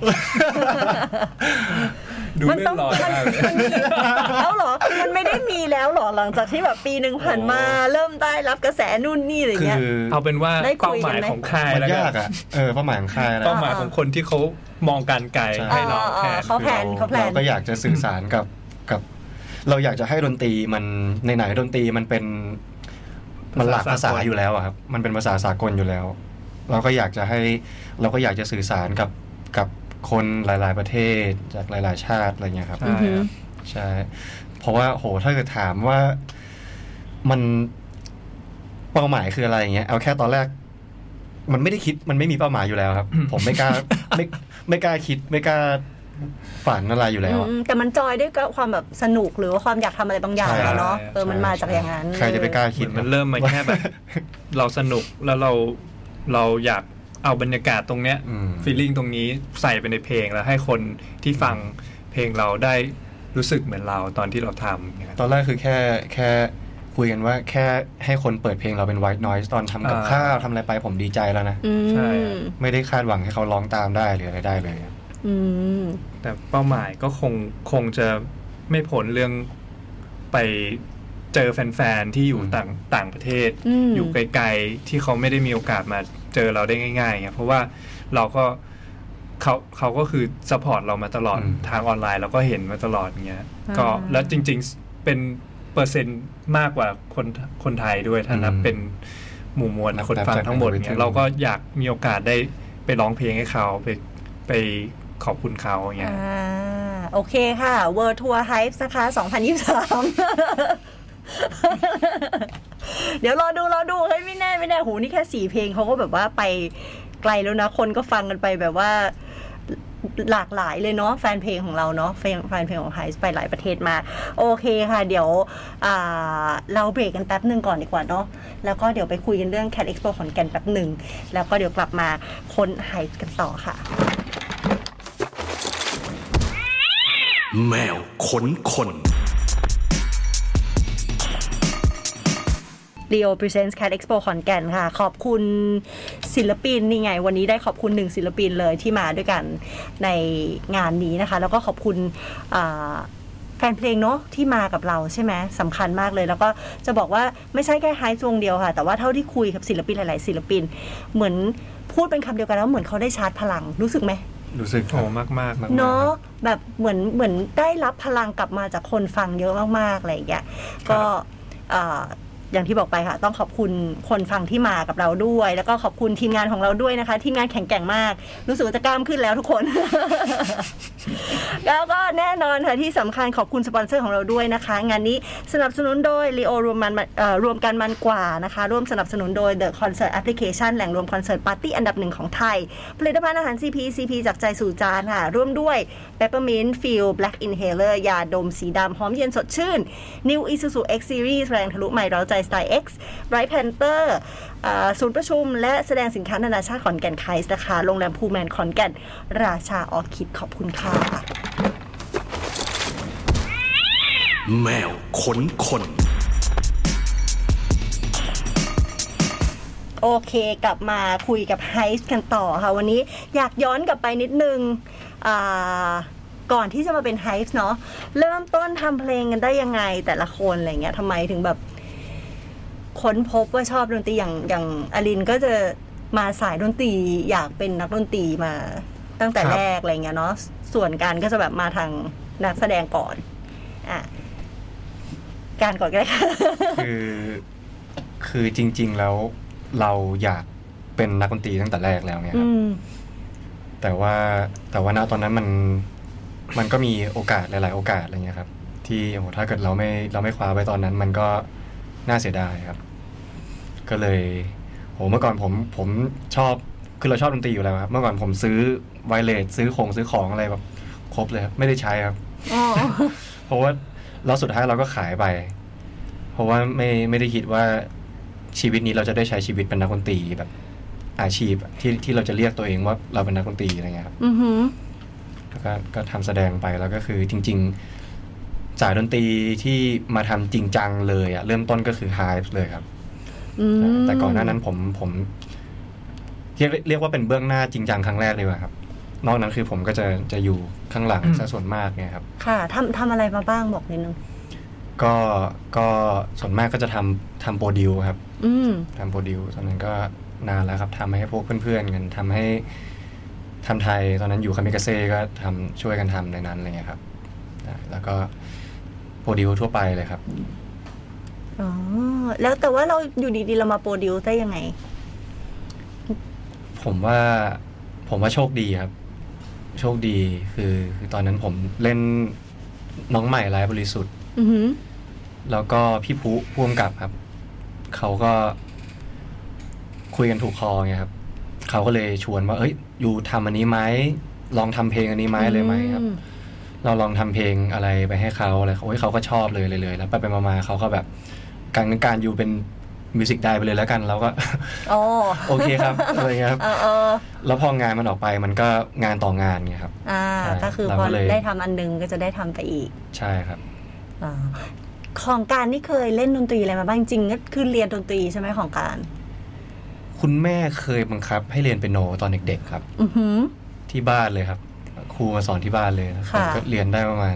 E: ดู
B: มัน
E: เลื่อ
B: ต้อง
E: นลอย
B: มัน
E: มากเลย
B: มันมีแล้วเหรอ มันไม่ได้มีแล้วเหรอหลังจากที่แบบปีหนึ่งผ่านมา
E: โอ้
B: เริ่มได้รับกระแสนู่นนี่อะไร
D: คื
B: เงี้ย
D: อ
E: เอาเป็นว่า
B: ได้คุ
E: เป้ายห
B: กันไหม
E: มายของค่าย
D: มัน
E: แล้วกั
D: ยาก
E: น
D: อ่ะ เออเป้าหมายของค่ายนะ
E: เป้าหมายของคนที่เขามองการไกล
D: ใช่
E: ให้เรา
B: อ่า
E: แทน
B: อ่าเขาแผน
E: คือร
B: plan
D: เราก็อยากจะสื่อสารกับกับ เราอยากจะให้ดนตรีมันในไหนๆดนตรีมันเป็น มันหลากภาษา
E: ภาษาสากล
D: อยู่แล้วอะครับ มันเป็นภาษาสากลอยู่แล้ว เราก็อยากจะให้ เราก็อยากจะสื่อสารกับกับคนหลาย ๆ ประเทศจากหลาย ๆ ชาติอะไรเงี้ยครับ
B: อื
E: ใช่
B: อหือ
E: ครับ
D: ใช่ เพราะว่าโหถ้าเกิดถามว่ามันเป้าหมายคืออะไรอย่างเงี้ยเอาแค่ตอนแรก มันไม่ได้คิดมันไม่มีเป้าหมายอยู่แล้วครับ ผมไม่ก ล้าไม่ไม่กล้าคิด ไม่กล้าฝันอะไรอยู่แล้วอะ
B: อืมแต่มันจอยด้วยกับความแบบสนุกหรือว่าความอยากทำอะไรบางอย่าง
D: ใช่
B: อะเนาะเออมันมาจากอย่างนั้น
D: ใครจะไปกล้า
E: เห
D: คิ
E: มื
D: ด
E: อนมันเริ่มมาแค่แบบ เราสนุกแล้วเราเราอยากเอาบรรยากาศตรงเนี้ย
D: อืม
E: ฟีลลิ่งตรงนี้ใส่ไปในเพลงแล้วให้คนที่ฟังเพลงเราได้รู้สึกเหมือนเราตอนที่เราทำเนี่ยครับ
D: ตอนแรกคือแค่แค่คุยกันว่า แค่ให้คนเปิดเพลงเราเป็น white noise ตอนทำกับ
E: อ่า
D: ข้าวทำอะไรไปผมดีใจแล้วนะ
B: อืม
E: ใช่
D: ไม่ได้คาดหวังให้เขาร้องตามได้หรืออะไรได้เลยอะ
B: อืม
E: แต่เป้าหมายก็คงคงจะไม่ผลเรื่องไปเจอแฟนๆ ที่อยู่ต่างต่างประเทศ
B: อืม
E: อยู่ไกลๆ ที่เขาไม่ได้มีโอกาสมาเจอเราได้ง่ายๆไงเพราะว่าเราก็เขาเขาก็คือสปอร์ตเรามาตลอดทางออนไลน์เราก็เห็นมาตลอดเงี้ยก็แล้วจริงๆเป็นเปอร์เซ็นต์มากกว่าคนคนไทยด้วยถ้านับเป็นหมู่มวลคนฟังทั้งหมดเนี่ยเราก็อยากมีโอกาสได้ไปร้องเพลงให้เขาไปไปขอบคุณเขาเงี้ย
B: อ่าโอเคค่ะเวิร์ทัวร์ไฮฟ์นะคะ 2023 เดี๋ยวรอดูรอดูเฮ้ยไม่แน่ไม่แน่หูนี่แค่สี่เพลงเขาก็แบบว่าไปไกลแล้วนะ คนก็ฟังกันไปแบบว่า หลากหลายเลยเนาะแฟนเพลงของเราเนาะแฟนแฟนเพลงของไฮส์ไปหลายประเทศมากโอเคค่ะ เดี๋ยวอ่าเราเบรกกันแป๊บหนึ่งก่อนดีกว่าเนาะแล้วก็เดี๋ยวไปคุยกันเรื่อง Cat Expo ขอนแก่นแป๊บหนึ่ง แล้วก็เดี๋ยวกลับมาค้นไฮส์กันต่อค่ะ
A: แมวขนคน
B: r e o Presents Cat Expo ขอนแก่นค่ะ ขอบคุณศิลปินนี่ไง วันนี้ได้ขอบคุณหนึ่งศิลปินเลยที่มาด้วยกันในงานนี้นะคะ แล้วก็ขอบคุณอ่าแฟนเพลงเนาะที่มากับเราใช่ไหมสำคัญมากเลย แล้วก็จะบอกว่าไม่ใช่แค่ไฮจวงเดียวค่ะ แต่ว่าเท่าที่คุยกับศิลปินหลาย ๆ ศิลปิน เหมือนพูดเป็นคำเดียวกันแล้วเหมือนเขาได้ชาร์จพลังรู้สึกไหม
D: รู้สึก
E: โอ้มากมากๆ
B: เนาะแบบเหมือนเหมือนได้รับพลังกลับมาจากคนฟังเยอะมากๆอะไรอย่างเงี้ยก็เอ่อ อย่างที่บอกไปค่ะ ต้องขอบคุณคนฟังที่มากับเราด้วย แล้วก็ขอบคุณทีมงานของเราด้วยนะคะ ทีมงานแข็งแกร่งมาก รู้สึกว่าจะกล้ามขึ้นแล้วทุกคน แล้วก็แน่นอนค่ะที่สำคัญขอบคุณสปอนเซอร์ของเราด้วยนะคะ งานนี้สนับสนุนโดย l ีโอรวมมันเอ่อรวมกันมันกว่านะคะ ร่วมสนับสนุนโดย The Concert Application แหล่งรวมคอนเสิร์ตปาร์ตี้อันดับหนึ่งของไทย ผลิตภัณฑ์อาหาร CP CP จากใจสู่จานค่ะ ร่วมด้วย Peppermint f i e l Black Inhaler ยาดมสีดำหอมเย็นสดชื่น New Isuzu X Series แรงทะลุใหม่เร้าใจสไตล์ X Bright Panther อ่าศูนย์ประชุม และแสดงสินค้านานาชาติขอนแก่นไคส์นะคะโรงแรมพูแมนขอนแก่น ราชาออคิดขอบคุณค่ะ
A: แมวขนคน
B: โอเคกลับมาคุยกับไฮส์กันต่อค่ะ วันนี้อยากย้อนกลับไปนิดนึงอ่าก่อนที่จะมาเป็นไฮส์เนาะเริ่มต้นทำเพลงกันได้ยังไงแต่ละคนอะไรเงี้ยทำไมถึงแบบ ค้นพบว่าชอบดนตรีอย่างอย่างอลินก็จะมาสายดนตรีอยากเป็นนักดนตรีมาตั้งแต่
D: ครับ
B: แรกอะไรเงี้ยเนาะส่วนการก็จะแบบมาทางนักแสดงก่อนอ่ะการก่อนก็ได้ค่ะ
D: คือคือจริง ๆ แล้วเราอยากเป็นนักดนตรีตั้งแต่แรกแล้วเนี่ยค
B: อื
D: รับ
B: ม
D: แต่ว่าแต่ว่าณตอนนั้นมันมันก็มีโอกาสหลาย ๆ โอกาสอะไรเงี้ยครับ ที่โอ้โหถ้าเกิดเราไม่เราไม่คว้าไว้ตอนนั้น มันก็น่าเสียดายครับ ก็เลยโหเมื่อก่อนผมผมชอบคือเราชอบดนตรีอยู่แล้วครับ เมื่อก่อนผมซื้อไวเลสซื้อของซื้อของอะไรแบบครบเลยครับไม่ได้ใช้ครับ
B: อ๋อ
D: เพราะว่าเราสุดท้ายเราก็ขายไป เพราะว่าไม่ไม่ได้คิดว่าชีวิตนี้เราจะได้ใช้ชีวิตเป็นนักดนตรีแบบ อาชีพอะที่ที่เราจะเรียกตัวเองว่าเราเป็นนักดนตรีอะไรเงี้ยครับ
B: อือหือ
D: แล้วก็ก็ทำแสดงไปแล้วก็คือจริง ๆ สายดนตรีที่มาทำจริงจังเลยอะเริ่มต้นก็คือ Hive เลยครับ
B: อืม
D: แต่ก่อนหน้านั้นผมผมเรียกเรียกว่าเป็นเบื้องหน้าจริงจังครั้งแรกเลยว่าครับ นอกนั้นคือผมก็จะจะอยู่ข้างหลัง
E: อืม
D: ซะส่วนมากเนี่ยครับ
B: ค่ะทำทำอะไรมาบ้างบอกนิดนึง
D: ก็ก็ส่วนมากก็จะทำทำโปรดิวครับ
B: อืม
D: ทำโปรดิวตอนนั้นก็นานแล้วครับทำให้พวกเพื่อนๆกันทำให้ทำไทยตอนนั้นอยู่คามิกาเซ่ก็ทำช่วยกันทำในนั้นอะไรเงี้ยครับอ่ะแล้วก็โปรดิวทั่วไปเลยครับ
B: อ๋อ แล้วแต่ว่าเราอยู่ดีๆ เรามาโปรดิวซ์ได้ยังไง
D: ผมว่าผมว่าโชคดีครับ โชคดีคือคือตอนนั้นผมเล่นน้องใหม่ร้ายบริสุทธิ์
B: อือหือ
D: แล้วก็พี่ภูพ่วงกับครับ เขาก็คุยกันถูกคอไงครับ เขาก็เลยชวนว่า เอ้ย อยู่ทำอันนี้ไหมลองทำเพลงอันนี้ไหมเลยไหมครับ เราลองทำเพลงอะไรไปให้เขาอะไรเขาโอ้ยเขาก็ชอบเลยเลยเลยแล้วไปไปมาๆเขาก็แบบการการอยู่เป็นมิวสิกไดไปเลยแล้วกันเราก็
B: อ๋อ
D: โอเค ครับอะไรเงี้ยครับ
B: เออเออ
D: แล้วพองานมันออกไปมันก็งานต่องานไงครับ
B: อ่า
D: ใช่
B: ก็คือ
D: เรา
B: พอ
D: ก็เลย
B: ได้ทำอันนึงก็จะได้ทำไปอีก
D: ใช่ครับ
B: อ๋อของการนี่เคยเล่นดนตรีอะไรมาบ้างจริงๆก็คือเรียนดนตรีใช่ไหมของการ
D: คุณแม่เคยบังคับ ให้เรียนเปียโนตอนเด็ก ๆ ครับ
B: อือหือ
D: ที่บ้านเลยครับ ครูมาสอนที่บ้านเลยแล้วผ
B: ค่ะ
D: มก็เรียนได้ประมาณ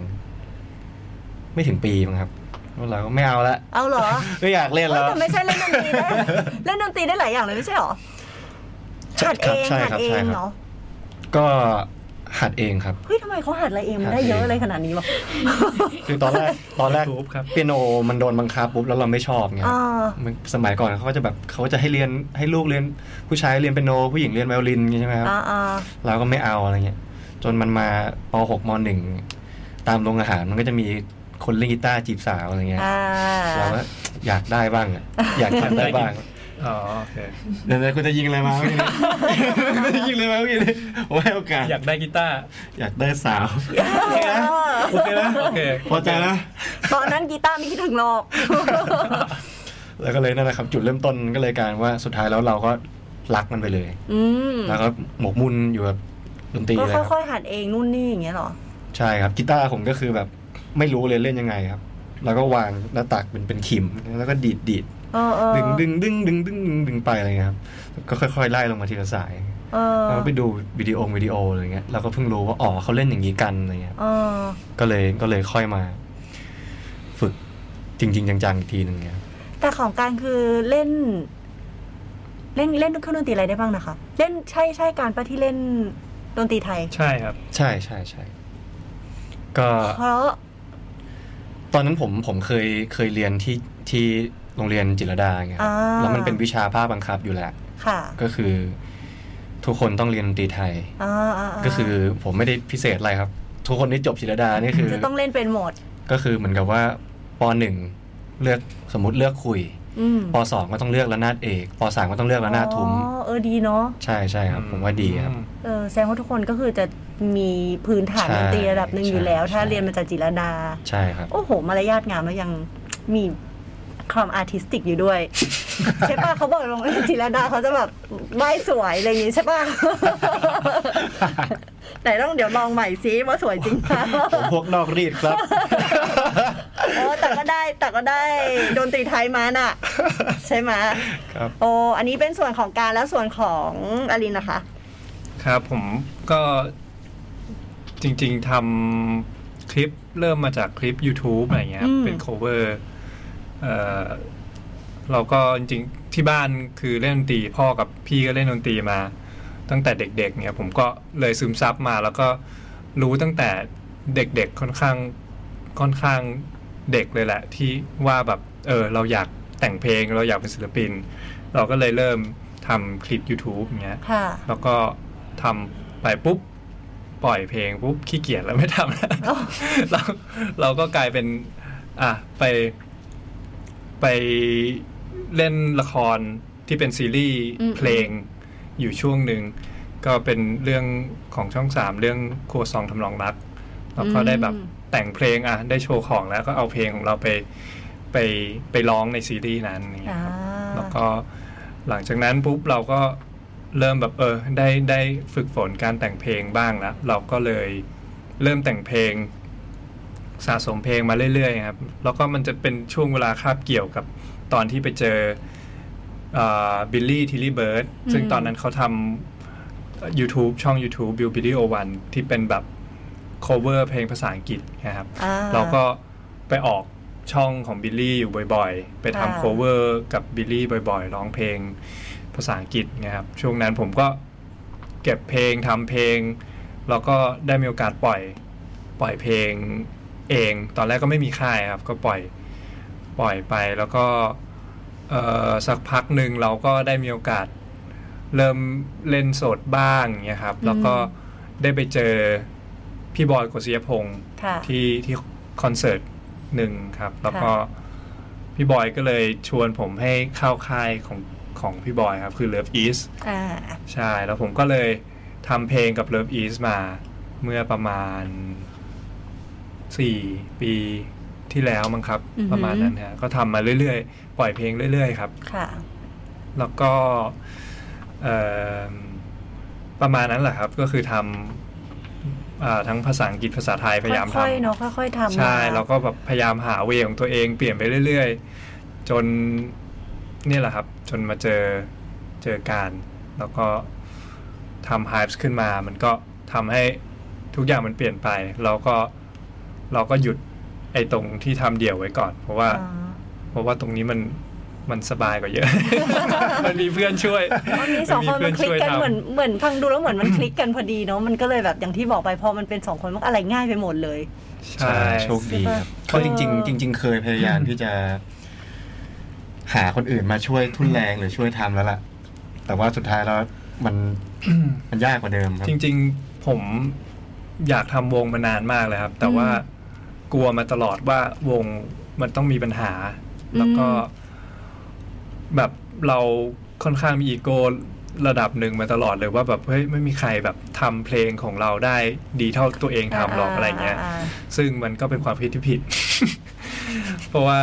D: ไม่ถึงปีมั้งครับแล้วเราก็ไม่เอาละ
B: เอาเหรอ
D: ไม่อยากเล่น
B: เอ้
D: แล้
B: ยว แต่ไม่ใช่เล่นดนตรีได้ เล่นดนตรีได้หลายอย่างเลยไม่ใช่เหรอ
D: ใช่
B: หัด
D: ครั
B: เอบ ง
D: ใช่
B: หัด
D: ครับ
B: เอง
D: ใช่ครับ
B: เนาะ
D: ก็หัดเองครับ
B: เฮ้ยทำไมเขาหัดอะไรเองมันได้เยอะอะไรขนาดนี้วะ
D: คือตอนแรก ตอนแรก
E: YouTube ครับ
D: เปียโนมันโดนบังคับปุ๊บแล้วเราไม่ชอบไง
B: อ่า
D: มันสมัยก่อนเขาก็จะแบบเขาก็จะให้เรียนให้ลูกเรียนผู้ชายเรียนเปียโนผู้หญิงเรียนไวโอลินอย่างงี้ใช่ไหมครับ
B: อ่าอ่า
D: เราก็ไม่เอาอะไรเงี้ยจนมันมาป .6 ม .1 ตามโรงอาหารมันก็จะมีคนเล่นกีตาร์จีบสาวอะไรเงี้ย
B: อ่า
D: เราก็อยากได้บ้างอะอยากทำได้บ้าง
E: อ๋อโอเค
D: เดี๋ยวๆคุณจะยิง อะไรมาเมื่อกี้เนี่ย ยิงเลยมาเมื่อกี้เนี่ยผมให้โอกาส
E: อยากได้กีตาร์
D: อยากได้สาวโอเคนะโอเคนะ
E: โอเค
D: พอใจนะ
B: ตอนนั้นกีตาร์ไม่คิดถึงหรอก
D: แล้วก็เลยนั่นแหละครับ จุดเริ่มต้นก็เลยกลารว่าสุดท้ายแล้วเราก็รักมันไปเลย
B: อืม
D: แล้วก็หมกมุ่นอยู่กับดนตรี
B: ก็
D: เลยค
B: ค่
D: รับ
B: อยๆหัดเองนู่นนี่อย่างเงี้ยเหรอ
D: ใช่ครับกีตาร์ผมก็คือแบบไม่รู้เลยเล่นยังไงครับ แล้วก็วางหน้าตักเป็นเป็นขิม แล้วก็ดีดดีด
B: เออเออ
D: ดึงดึงดึงดึงดึงดึงดึงไปอะไรเงี้ยครับก็ค่อยๆไล่ลงมาทีละสาย
B: เออ
D: แล้วก็ไปดูวิดีโอวิดีโออะไรเงี้ยเราก็เพิ่งรู้ว่าอ๋อเขาเล่นอย่างนี้กันอะไรเงี้ย
B: เออ
D: ก็เลยก็เลยค่อยมา ฝึกจริง ๆ จังๆอีกทีหนึ่งเนี่ย
B: แต่ของการคือเล่น เล่นเล่นเครื่องดนตรีอะไรได้บ้างนะคะ เล่นใช่ใช่การปะที่เล่นดนตรีไทย
E: ใช่ครับ
D: ใช่ใช่ใช่ก็
B: เพราะ
D: ตอนนั้นผมผมเคยเคยเรียนที่ที่ โรงเรียนจิตรลดาเงี้ยครับ
B: อ่า
D: แล้วมันเป็นวิชาภาคบังคับอยู่แหละ
B: ค่ะ
D: ก็คือ ทุกคนต้องเรียนดนตรีไทย
B: อ่าาา
D: ก็คือผมไม่ได้พิเศษอะไรครับ ทุกคนที่จบจิตรลดานี่คือ
B: จะต้องเล่นเป็นหมด
D: ก็คือเหมือนกับว่าปหนึ่งเลือกสมมติเลือกคุย
B: อืม
D: ปสองก็ต้องเลือกระนาดเอกปสามก็ต้องเลือกระนาดทุ้ม
B: อ๋อเออดีเนาะ
D: ใช่ใช่ครับ ผมว่าดีครับ
E: อืม
B: เออแสดงว่าทุกคนก็คือจะมีพื้นฐาน
D: ใช่
B: ดนตรีระดับหนึ่งอยู่แล้ว
D: ใช่
B: ถ้า
D: ใช่
B: เรียนมาจากจิรดา
D: ใช่ครับ
B: โอ้โห มารยาทงามแล้วยังมีความอาร์ติสติกอยู่ด้วย ใช่ป่ะเขาบอกโรงเรียนจิรดาเขาจะแบบไหว้สวยอะไรอย่างงี้ใช่ป่ะ แต่ต้องเดี๋ยวลองใหม่ซิว่าสวยจริงเปล่า
D: ผมพวกนอกรีดครับ
B: โอ้แต่ก็ได้แต่ก็ได้ดนตรีไทยมาน่ะ ใช่ไหมะ
D: ครับ
B: โอ้อันนี้เป็นส่วนของการและส่วนของอลินนะคะ
E: ครับผมก็จริงๆทำคลิปเริ่มมาจากคลิป YouTube อะไรเงี้ยครับ
B: อืม
E: เป็น cover เอ่อเราก็จริงๆที่บ้านคือเล่นดนตรีพ่อกับพี่ก็เล่นดนตรีมา ตั้งแต่เด็กๆเนี่ยผมก็เลยซึมซับมาแล้วก็รู้ตั้งแต่เด็กๆค่อนข้างค่อนข้างเด็กเลยแหละ ที่ว่าแบบเออเราอยากแต่งเพลงเราอยากเป็นศิลปิน เราก็เลยเริ่มทำคลิป YouTube อย่างเงี้ย
B: ค่ะ
E: แล้วก็ทำไปปุ๊บ ปล่อยเพลงปุ๊บขี้เกียจแล้วไม่ทำแล้ว
B: อ๋อ
E: เราเราก็กลายเป็น อ่ะไป ไปเล่นละครที่เป็นซีรีส์
B: อืม
E: เพลงอยู่ช่วงหนึ่ง ก็เป็นเรื่องของช่องสามเรื่องครัวซองทำลองรัก แล้วก็ได้แบบแต่งเพลงอ่ะ ได้โชว์ของแล้วก็เอาเพลงของเราไปไปไปร้องในซีรีส์นั้นอย่างเงี้ย
B: อ่า
E: ครับ แล้วก็หลังจากนั้นปุ๊บเราก็เริ่มแบบเออได้ได้ฝึกฝนการแต่งเพลงบ้างแล้วเราก็เลยเริ่มแต่งเพลงสะสมเพลงมาเรื่อยๆครับแล้วก็มันจะเป็นช่วงเวลาคาบเกี่ยวกับตอนที่ไปเจอบิลลี่ทิลลี่เบิร์ดซึ่งตอนนั้นเขาทำ YouTube ช่อง YouTube b i l l b i l l y o 1ที่เป็นแบบ cover เพลงภาษาอังกฤษนะครับ
B: อ่
E: เราก็ไปออกช่องของบิลลี่อยู่บ่อยๆ ไปทำโคเวอร์กับบิลลี่บ่อยๆ ร้องเพลงภาษาอังกฤษเนะครับ ช่วงนั้นผมก็เก็บเพลงทำเพลง แล้วก็ได้มีโอกาสปล่อยปล่อยเพลงเอง ตอนแรกก็ไม่มีค่ายครับ ก็ปล่อยปล่อยไปแล้วก็เอ่อสักพักหนึ่งเราก็ได้มีโอกาสเริ่มเล่นสดบ้างเงี้ยครับ แล้วก็ได้ไปเจอพี่บอยกฤษยพงษ์
B: ค่ะ
E: ที่ที่คอนเสิร์ตหนึ่งครับ แล้วก็พี่บอยก็เลยชวนผมให้เข้าค่ายของของพี่บอยครับ คือ Love East
B: อ่า
E: ใช่ แล้วผมก็เลยทำเพลงกับ Love East มาเมื่อประมาณ 4 ปีที่แล้วมั้งครับ
B: อือหือ
E: ประมาณนั้นฮะก็ทำมาเรื่อยๆ ปล่อยเพลงเรื่อยๆครับ
B: ค่ะ
E: แล้วก็เอิ่มประมาณนั้นแหละครับ ก็คือทำอ่าทั้งภาษาอังกฤษภาษาไทยพยายามทำ
B: ค่อยๆเนาะค่อยๆทำ
E: ใช่
B: มา
E: เราก็แบบพยายามหาเวของตัวเองเปลี่ยนไปเรื่อยๆ จนเนี่ยแหละครับ จนมาเจอเจอการ แล้วก็ทำ Hives ขึ้นมา มันก็ทำให้ทุกอย่างมันเปลี่ยนไปเราก็เราก็หยุดไอ้ตรงที่ทำเดี่ยวไว้ก่อน เพราะว่า
B: อ่า
E: เพราะว่าตรงนี้มันมันสบายกว่าเยอะ มันมีเพื่อนช่วย
B: วันนี้สองคนมันคลิกกัน
E: ทำ
B: เหมือนเหมือนฟังดูแล้วเหมือนมันคลิกกันพอดีเนาะมันก็เลยแบบอย่างที่บอกไปพอมันเป็นสองคนมันอะไรง่ายไปหมดเลย
E: ใช่
D: โชคดีครับเพราะจริง ๆ จริง ๆ เคยพยายามที่จะ หาคนอื่นมาช่วยทุนแรงหรือช่วยทำแล้วล่ะ แต่ว่าสุดท้ายแล้วมันมันยากกว่าเดิมครับ
E: จริง ๆผมอยากทำวงมานานมากเลยครับ แต่ว่ากลัวมาตลอดว่าวงมันต้องมีปัญหา แล้วก็ แบบเราค่อนข้างมีอีโก้ระดับหนึ่งมาตลอดเลยว่าแบบเฮ้ยไม่มีใครแบบทำเพลงของเราได้ดีเท่าตัวเองทำหรอกอะไรเงี้ย
B: าา
E: ซึ่งมันก็เป็นความคิดที่ผิด เพราะว่า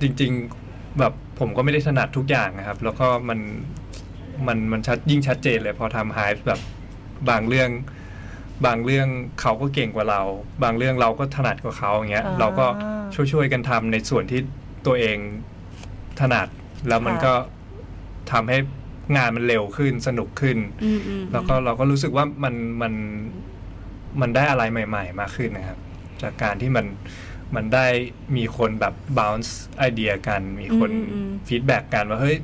E: จริงๆแบบผมก็ไม่ได้ถนัดทุกอย่างนะครับ แล้วก็มันมันมันชัดยิ่งชัดเจนเลย พอทำหายแบบบางเรื่อง บางเรื่องเขาก็เก่งกว่าเรา บางเรื่องเราก็ถนัดกว่าเขาอย่างเงี้ย เราก็ช่วยๆกันทำในส่วนที่ตัวเองถนัด แล้วมันก็ทำให้งานมันเร็วขึ้นสนุกขึ้น
B: อืมอืม
E: แล้วก็เราก็รู้สึกว่ามันมันมันได้อะไรใหม่ ๆ มากขึ้นนะครับ จากการที่มันมันได้มีคนแบบ bounce ไอเดียกัน มีคนฟีดแบ็กกันว่าเฮ้ย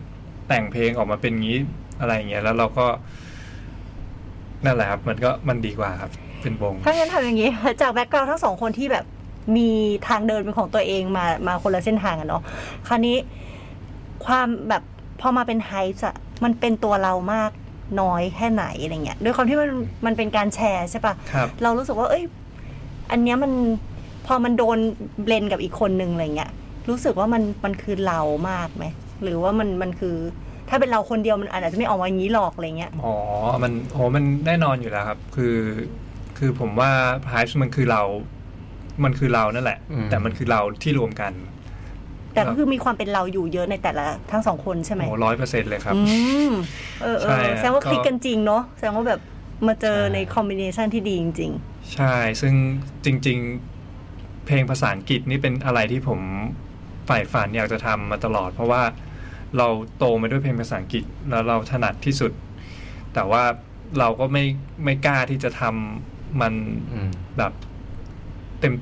E: แต่งเพลงออกมาเป็นงี้อะไรอย่างเงี้ยแล้วเราก็ นั่นแหละครับ มันก็มันดีกว่าครับ เป็นวง
B: ถ้างั้นทำอย่างนี้จากแบ็กกราวทั้งสองคนที่แบบ มีทางเดินเป็นของตัวเองมามาคนละเส้นทางอะเนาะคราวนี้ความแบบพอมาเป็นไฮส์อะมันเป็นตัวเรามากน้อยแค่ไหนอะไรเงี้ยด้วยความที่มันมันเป็นการแชร์ใช่ปะ
E: ครับ
B: เรารู้สึกว่า เอ้ย อันเนี้ยมันพอมันโดนเบลนกับอีกคนนึงอะไรเงี้ย รู้สึกว่ามันมันคือเรามากไหม หรือว่ามันมันคือ ถ้าเป็นเราคนเดียวมันอาจจะไม่ออกมาอย่างนี้หรอกอะไรเงี้ย
E: อ๋อ มันโอ้มันแน่นอนอยู่แล้วครับ คือ คือผมว่า price มันคือเรา มันคือเรานั่นแหละ
D: อืม
E: แต่มันคือเราที่รวมกัน
B: แต่ก็คือมีความเป็นเราอยู่เยอะในแต่ละทั้งสองคนใช่ไหม
E: โอ้ร้อยเปอร์เซ็นต์เลยครับ
B: อืม เออเอ
E: ใช่
B: อ
E: ฮะ
B: แสดงว่า
E: ก็
B: คลิกกันจริงเนาะ แสดงว่าแบบมาเจอในคอมบิเนชันที่ดีจริง
E: ใช่ ซึ่งจริง ๆ เพลงภาษาอังกฤษนี่เป็นอะไรที่ผมฝ่ายฝันอยากจะทำมาตลอด เพราะว่าเราโตมาด้วยเพลงภาษาอังกฤษแล้วเราถนัดที่สุด แต่ว่าเราก็ไม่ไม่กล้าที่จะทำมัน
D: อืม
E: แบบ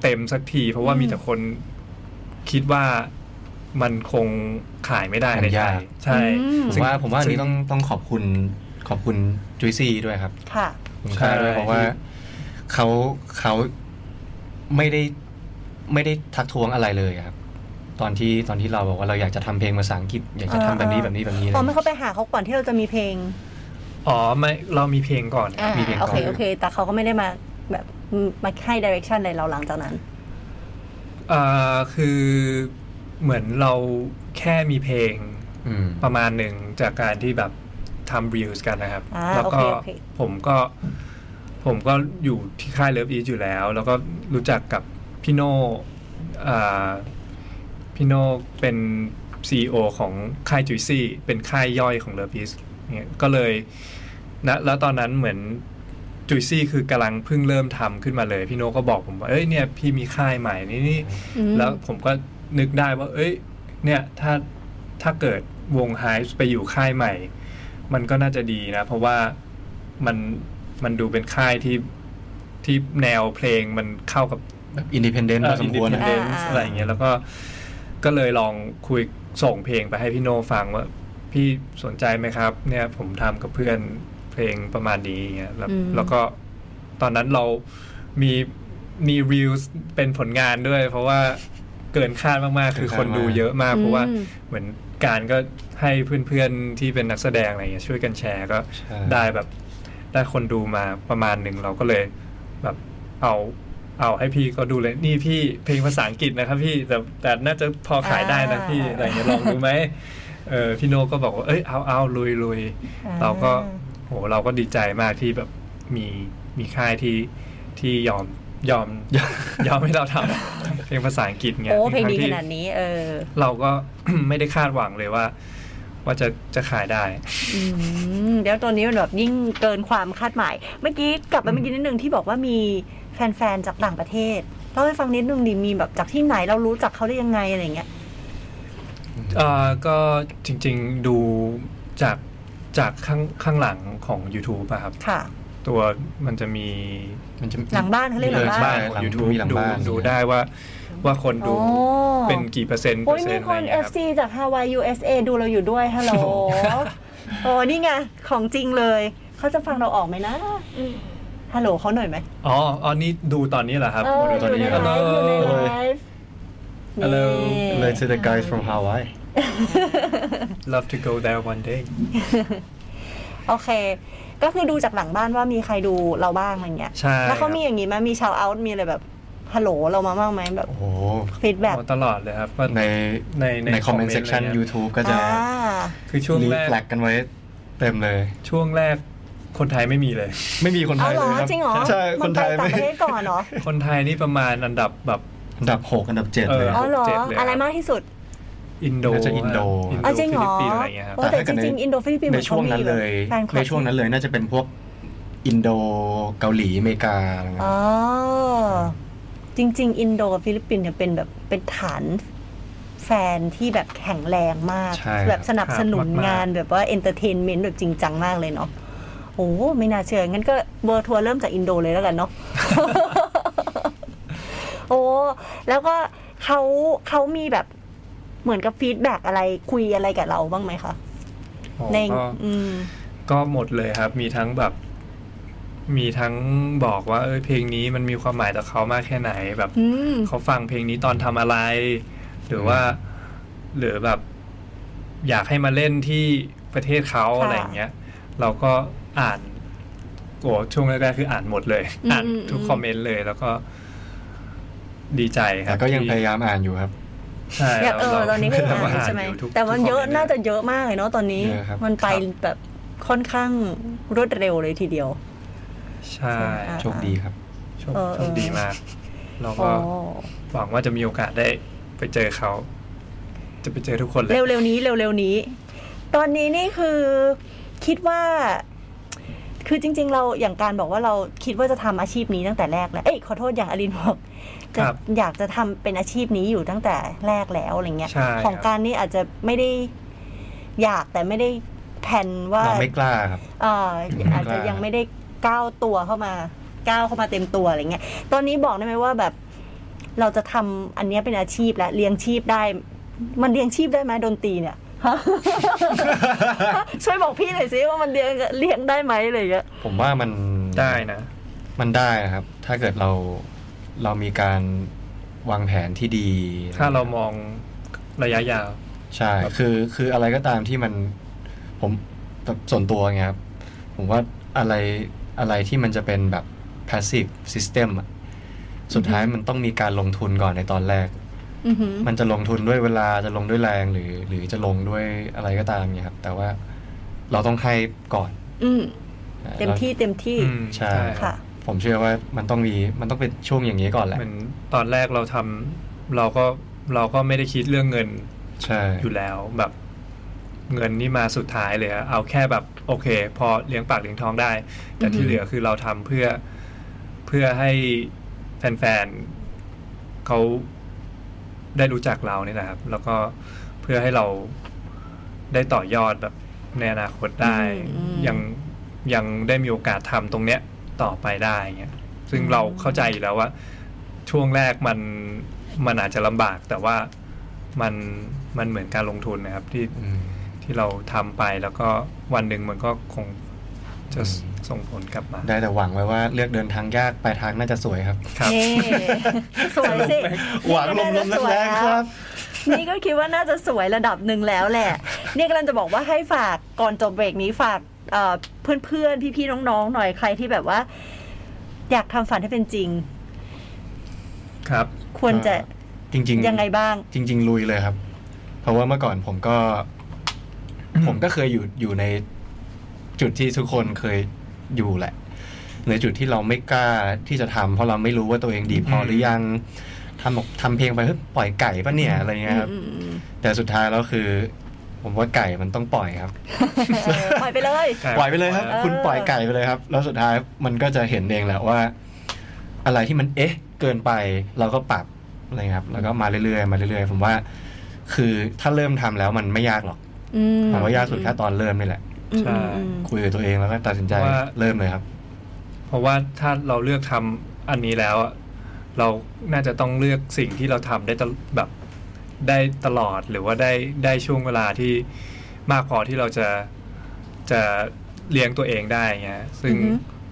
E: เต็มๆสักที เพราะว่า
B: อืม
E: มีแต่คนคิดว่ามันคงขายไม่ได้ใน
D: มัน
E: ไท
D: ยาย ก
E: ใช่
B: อืม
D: ผมว่า
E: ซึ่
D: ผมว่าอันนี้
E: ซึ่
D: ต้องต้องขอบคุณขอบคุณจุยซี่ด้วยครับ
B: ๆ ค่ะ
D: คุณค่าด้วย
E: ใช่
D: เพราะว่าเขาเขาไม่ได้ไม่ได้ทักท้วงอะไรเลยอะครับ ตอนที่ตอนที่เราบอกว่าเราอยากจะทำเพลงภาษาอังกฤษ อยากจะทำแบบนี้
B: อ่า
D: แบบนี้แบบนี้เล
B: ต
D: ย
B: อนไม่เข้าไปหาเขาก่อนที่เราจะมีเพลง
E: อ๋อไม่เรามีเพลงก่อน
B: อ่า
D: มีเพลงก่
B: โอ
D: อน
B: เคโอเค แต่เขาก็ไม่ได้มาแบบมาให้ดิเรกชันอะไรเราหลังจากนั้น
E: เอ่อคือเหมือนเราแค่มีเพลง
D: อืม
E: ประมาณหนึ่งจากการที่แบบทำรีวิวส์กันนะครับ
B: อ่า
E: แล้วก็
B: โอเคโอเค
E: ผมก็ ผมก็อยู่ที่ค่ายเลิฟอีอยู่แล้ว แล้วก็รู้จักกับพี่โน่อ่า พี่โน่เป็น CEO ของค่ายจุยซี่ เป็นค่ายย่อยของเลอพีสเนี่ยก็เลยนะแล้วตอนนั้นเหมือนจุยซี่คือกำลังเพิ่งเริ่มทำขึ้นมาเลย พี่โน่ก็บอกผมว่า เอ้ยเนี่ยพี่มีค่ายใหม่นี่นี่
B: อืม
E: แล้วผมก็นึกได้ว่า เอ้ย เนี่ยถ้าถ้าเกิดวงไฮส์ไปอยู่ค่ายใหม่ มันก็น่าจะดีนะ เพราะว่ามันมันดูเป็นค่ายที่ที่แนวเพลงมันเข้ากับ
D: แบบอินดิเพนเดนต์พอสมควร
E: อิน
D: อะ
E: ดิเพนเดนซ์
B: อ่า
E: อะไรอย่างเงี้ยแล้วก็ก็เลยลองคุยส่งเพลงไปให้พี่โนฟังว่า พี่สนใจไหมครับ เนี่ยผมทำกับเพื่อนเพลงประมาณนี้อย่างเงี้ยแล้ว
B: อืม
E: แล้วก็ตอนนั้นเรามีมีรีวเป็นผลงานด้วย เพราะว่าเกินคาดมากๆ คือคนดูเยอะมาก เพราะว่าเหมือนการก็ให้เพื่อนๆที่เป็นนักแสดงอะไรเงี้ยช่วยกันแชร์ก็
D: ใช่
E: ได้แบบได้คนดูมาประมาณหนึ่งเราก็เลยแบบเอาเอาให้พี่ก็ดูเลยนี่พี่เพลงภาษาอังกฤษนะครับพี่แต่แต่น่าจะพอขายได้นะพี่
B: อ่า
E: อะไรเงี้ยลองดูไหมเออพี่โนก็บอกว่าเอ้ยเอาเอาลุยลุย
B: อ่
E: เราก็โหเราก็ดีใจมากที่แบบมีมีค่ายที่ที่ยอมยอมยอมยอมให้เราทำเพลงภาษาอังกฤษเงี้ย
B: โอ้เพลง
E: ทั้
B: ดี
E: ๆ
B: ข
E: ที่
B: นาดนี้ เออ
E: เราก็ ไม่ได้คาดหวังเลยว่า ว่าจะจะขายได้
B: อืมเดี๋ยวตอนนี้มันแบบยิ่งเกินความคาดหมาย เมื่อกี้กลับไปเมื่อกี้นิดนึงที่บอกว่ามีแฟนๆจากต่างประเทศเล่าให้ฟังนิดนึงดิมีแบบจากที่ไหนเรารู้จักเขาได้ยังไงอะไรเงี้ย
E: เอ่อก็จริงๆดูจากจากข้างข้างหลังของ YouTube อะครับ
B: ค่ะ
E: ตัวมันจะมี
D: มันจะ
B: หลังบ้านเขาเรียกหลังบ้าน
D: หลัง
E: ยูทู
D: ดู
E: บ
D: มีหลัง
E: ดู
D: บ้าน
E: ดูได้ว่าว่าคนดู
B: โอ้
E: เป็นกี่เปอร์เซ็นต์เป
B: โอ้
E: อย ร์เซ็
B: มี
E: นต์
B: ค
E: อะไร
B: น
E: เงี้ยครับ
B: FC จากฮาวาย USA ดูเราอยู่ด้วยฮัลโหลโอ้นี่ไงของจริงเลยเขาจะฟังเราออกไหมนะ
C: อืม
B: ฮัลโหลเขาหน่อยไหม
E: อ๋ออ๋อนี่ดูตอนนี้เหรอครับ
B: เออ
D: ดู
B: อ
D: ตอน
B: ยู่
D: นี้
B: ในไลฟ์อยู่ในไลฟ์
E: ฮัลโหล
B: นี่
D: เลย to the guys from Hawaii
E: Love to go there one day
B: โอเค ก็คือดูจากหลังบ้านว่ามีใครดูเราบ้างอะไรเงี้ย
E: ใช่
B: แล้วเขามี
E: ครับ
B: อย่างนี้ไหมมีชาวเอาท์มีอะไรแบบ ฮัลโหลเรามาบ้างไหมแบบ
D: โอ้โห
B: ฟีดแบ็ก
E: โอ้ตลอดเลยครับก็
D: ใน
E: ในใน
D: ในคอมเมน
E: comment
D: ต์เซ t ชัน
E: อะไรเงี้ย
D: YouTube ก็จะ
B: อ่า
E: คือช่วง
D: รี
E: แรก
D: แฟลกกันไว้เต็มเลย
E: ช่วงแรกคนไทยไม่มีเลย
D: ไม่มีคนไท
B: เอา
D: ย
B: เหร
D: เล
B: อย
D: ครับ
B: จริงเหรอ
D: ใช่ค
B: มัน ไป
D: ไทย
B: ต่างป
D: ไม่
B: ระเทศก่อนเหรอ
E: คนไทยนี่ประมาณอันดับแบบ
D: อันดับหกอันดับเจ็ดเลย
E: เอ
B: อ๋อเหรอ
E: เจ็ดเลยครับ
B: อะไรมากที่สุด
E: อินโด
D: น่าจะอินโด
E: อินโด
B: อ๋อจ
E: ฟิ
B: ริงเหร
E: ลิป
B: อ
E: ปินส์อะไรเงี้ยครับ
B: โอ้แต่
D: ถ้า
B: จ
D: เกิดใน
B: ริงๆอินโดฟิลิปปินส์
D: ใน
B: เหมือ
D: ช่วงนั้นเลย
B: แฟนคลับ
D: ในช่วงนั้นเลยน่าจะเป็นพวกอินโดเกาหลีอเมริกาอะไรเงี้ย
B: อ๋อจริง ๆ อินโดกับฟิลิปปินส์เนี่ยเป็นแบบเป็นฐานแฟนที่แบบแข็งแรงมาก
D: ใช่ค
B: แบ
D: รั
B: บบ สนับสนุน
E: ครับมากๆ
B: งานแบบว่าเอนเตอร์เทนเมนต์แบบจริงจังมากเลยเนาะโอ้ไม่น่าเชื่อ งั้นก็เบอร์ทัวร์เริ่มจากอินโดเลยแล้วกันเนาะ โอ้แล้วก็เขาเขามีแบบเหมือนกับฟีดแบ็กอะไรคุยอะไรกับเราบ้างไหมคะ
E: โอ้
B: ใน
E: ก็
B: อืม
E: ก็หมดเลยครับ มีทั้งแบบ มีทั้งบอกว่าเอยเพลงนี้มันมีความหมายต่อเขามากแค่ไหนแบบ
B: อืม
E: เขาฟังเพลงนี้ตอนทำอะไร หรือว่า หรือแบบ อยากให้มาเล่นที่ประเทศเขา
B: ค่ะ
E: อะไรอย่างเงี้ย เราก็อ่านโอ้ช่วงแรกๆคืออ่านหมดเลย
B: อืม
E: อ่านทุก
B: อืม
E: คอมเมนต์เลยแล้วก็ ดีใจครั
D: แต่
E: บ
D: ก็ยัง
E: ที่
D: พยายามอ่านอยู่ครับ
E: ใช่
B: เนี่ยเออตอนนี้ก็ยัง
E: เร
B: อ่านอยู่ใช่ไหม
E: อยู่ทุก
B: แต่มัน
E: ทุก
B: เยอะ
E: คมมต์ล
B: น่าจะเยอะมากเลยเนาะตอนนี้
D: เยอะครับ
B: มันไปแบบค่อนข้างรวดเร็วเลยทีเดียว
E: ใช่
D: โชคดีครับ
E: โชค
B: เออ
E: โชคดีมากเรา
B: อ๋
E: ก็
B: อ
E: หวังว่าจะมีโอกาสได้ไปเจอเขา จะไปเจอทุกคนเลย
B: เร็วๆนี้เร็วๆนี้ ตอนนี้นี่คือคิดว่า คือจริง ๆ เราอย่างการบอกว่าเราคิดว่าจะทำอาชีพนี้ตั้งแต่แรกแล้วเอ้ยขอโทษอย่างอลินบอกจะ
E: ครับ
B: อยากจะทำเป็นอาชีพนี้อยู่ตั้งแต่แรกแล้วอะไรเงี้ย
E: ใช่ครับ
B: ของการนี่อาจจะไม่ได้อยากแต่ไม่ได้แผนว่า
D: เราไม่กล้าครับ
B: เอ่อ
D: ไม่กล้า
B: อาจจะยังไม่ได้ก้าวตัวเข้ามาก้าวเข้ามาเต็มตัวอะไรเงี้ย ตอนนี้บอกได้ไหมว่าแบบเราจะทำอันเนี้ยเป็นอาชีพและเลี้ยงชีพได้ มันเลี้ยงชีพได้ไหมดนตรีเนี่ยฮะ ช่วยบอกพี่หน่อยสิว่ามันเลี้ยงเลี้ยงได้ไหมอะไรเงี้ย
D: ผมว่ามัน
E: ได้นะ
D: มันได้นะครับ ถ้าเกิดเราเรามีการวางแผนที่ดี
E: ถ้าเรามองระยะยาว
D: ใช่ คือคืออะไรก็ตามที่มันผมแบบส่วนตัวไงครับ ผมว่าอะไรอะไรที่มันจะเป็นแบบ passive system อะสุดท้ายมันต้องมีการลงทุนก่อนในตอนแรก
B: อือหือ
D: มันจะลงทุนด้วยเวลาจะลงด้วยแรงหรือ หรือจะลงด้วยอะไรก็ตามเนี่ยครับ แต่ว่าเราต้องให้ก่อน
B: อืม
D: นะ
B: เต็มที่เต็มที่
E: อืม
D: ใช่
B: ค่ะ
D: ผมเชื่อว่ามันต้องมีมันต้องเป็นช่วงอย่างนี้ก่อนแหละ
E: เหมือนตอนแรกเราทำเราก็เราก็ไม่ได้คิดเรื่องเงิน
D: ใช่
E: อยู่แล้วแบบ เงินนี่มาสุดท้ายเลยอะเอาแค่แบบโอเค พอเลี้ยงปากเลี้ยงท้องได้ แต่ที่เหลือคือเราทำเพื่อเพื่อให้แฟนๆเขาได้รู้จักเราเนี่ยนะครับ แล้วก็เพื่อให้เราได้ต่อยอดแบบในอนาคตได้
B: อืม
E: ยังยังได้มีโอกาสทำตรงเนี้ยต่อไปได้เงี้ย ซึ่งเราเข้าใจอยู่แล้วว่า ช่วงแรกมันมันอาจจะลำบากแต่ว่ามันมันเหมือนการลงทุนนะครับ ที่
D: อืม
E: ที่เราทำไปแล้วก็วันหนึ่งมันก็คงจะ
D: อืม
E: ส่งผลกลับมา
D: ได้แต่หวังไว้ว่าเลือกเดินทางยากปลายทางน่าจะสวยครับ
E: ครับ
B: นี่สวยสิ
D: หวังลมลม
B: นี่ก็น่าจะสวย
D: แรงๆครับ
B: นี่ก็คิดว่าน่าจะสวยระดับหนึ่งแล้วแหละ เนี่ยกำลังจะบอกว่าให้ฝากก่อนจบเบรกนี้ฝากเพื่อนเพื่อนๆ พี่ๆ น้องๆ หน่อยใครที่แบบว่า อยากทำฝันให้เป็นจริง
E: ครับ
B: ควรจะ
D: จริงๆ
B: ยังไงบ้าง
D: จริง ๆ ลุยเลยครับ เพราะว่าเมื่อก่อนผมก็ ผมก็เคยอยู่อยู่ในจุดที่ทุกคนเคยอยู่แหละ ในจุดที่เราไม่กล้าที่จะทำเพราะเราไม่รู้ว่าตัวเองดีพอ
E: อืม
D: หรือยังทำออกทำเพลงไปเฮ้ยปล่อยไก่ปะเนี่ยอะไรเงี้ยครับ
B: อืม
D: แต่สุดท้ายแล้วคือ ผมว่าไก่มันต้องปล่อยครับ
B: เออปล่อยไปเลย
D: ปล่อยไปเลยครับ
B: เออ
D: คุณปล่อยไก่ไปเลยครับ แล้วสุดท้ายมันก็จะเห็นเองแหละว่า อะไรที่มันเอ๊ะ เกินไปเราก็ปรับอะไรครับ แล้วก็มาเรื่อยๆมาเรื่อยๆผมว่า คือถ้าเริ่มทำแล้วมันไม่ยากหรอก
B: อืม
D: ผมว่ายากสุดแค่ตอนเริ่มนี่แหละ
B: อืม
E: ใช่
B: อืม
D: คุยกับตัวเองแล้วก็ตัดสินใจ
E: ว่า
D: เริ่มเลยครับ
E: เพราะว่าถ้าเราเลือกทำอันนี้แล้วอะเราน่าจะต้องเลือกสิ่งที่เราทำได้ตลแบบได้ตลอดหรือว่าได้ได้ช่วงเวลาที่มากพอที่เราจะจะเลี้ยงตัวเองได้เงี้ยซึ่ง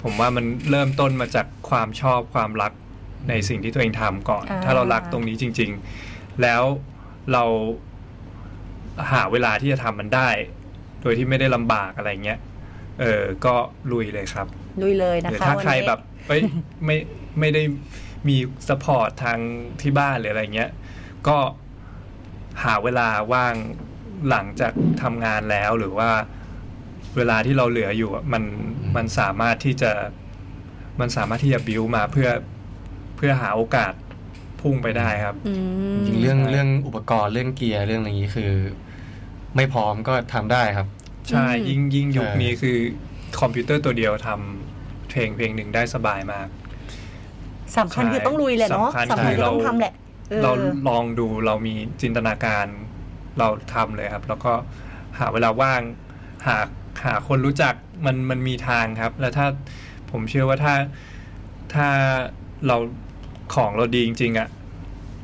E: ผมว่ามันเริ่มต้นมาจากความชอบความรักในสิ่งที่ตัวเองทำก่อน
B: า
E: ถ้าเรารักตรงนี้จริง ๆ แล้วเราหาเวลาที่จะทำมันได้ โดยที่ไม่ได้ลำบากอะไรเงี้ยเออก็ลุยเลยครับ
B: ลุยเลยนะ
E: หรือ
B: คะ
E: ถ้า
B: วันนี้
E: ใครแบบเอ้ย ไม่ไม่ได้มีสปอร์ตทางที่บ้านหรืออะไรเงี้ย ก็หาเวลาว่างหลังจากทำงานแล้วหรือว่าเวลาที่เราเหลืออยู่อะมันมันสามารถที่จะมันสามารถที่จะบิวมาเพื่อเพื่อหาโอกาสพุ่งไปได้ครับ
B: อืม
D: จริงๆเรื่อง
E: ใช่
D: เรื่องอุปกรณ์เรื่องเกียร์เรื่องอะไรอย่างนี้คือ ไม่พร้อมก็ทำได้ครับ
E: ใช่
B: อืม
E: ยิ่งยิ่งยุค
D: ใช่
E: นี้คือคอมพิวเตอร์ตัวเดียวทำเพลงเพลงหนึ่งได้สบายมาก
B: สำคัญคือ
E: ใช่
B: ต้องลุยแหละเนาะ
E: สำ
B: สำ
E: คั
B: คั
E: ญ
B: ญ
E: คือ
B: คือ
E: เรา
B: ต้องทำแหละเออ
E: เราลองดูเรามีจินตนาการเราทำเลยครับ แล้วก็หาเวลาว่าง หาหาคนรู้จักมันมันมีทางครับ แล้วถ้าผมเชื่อว่าถ้าถ้าเราของเราดีจริงๆอะ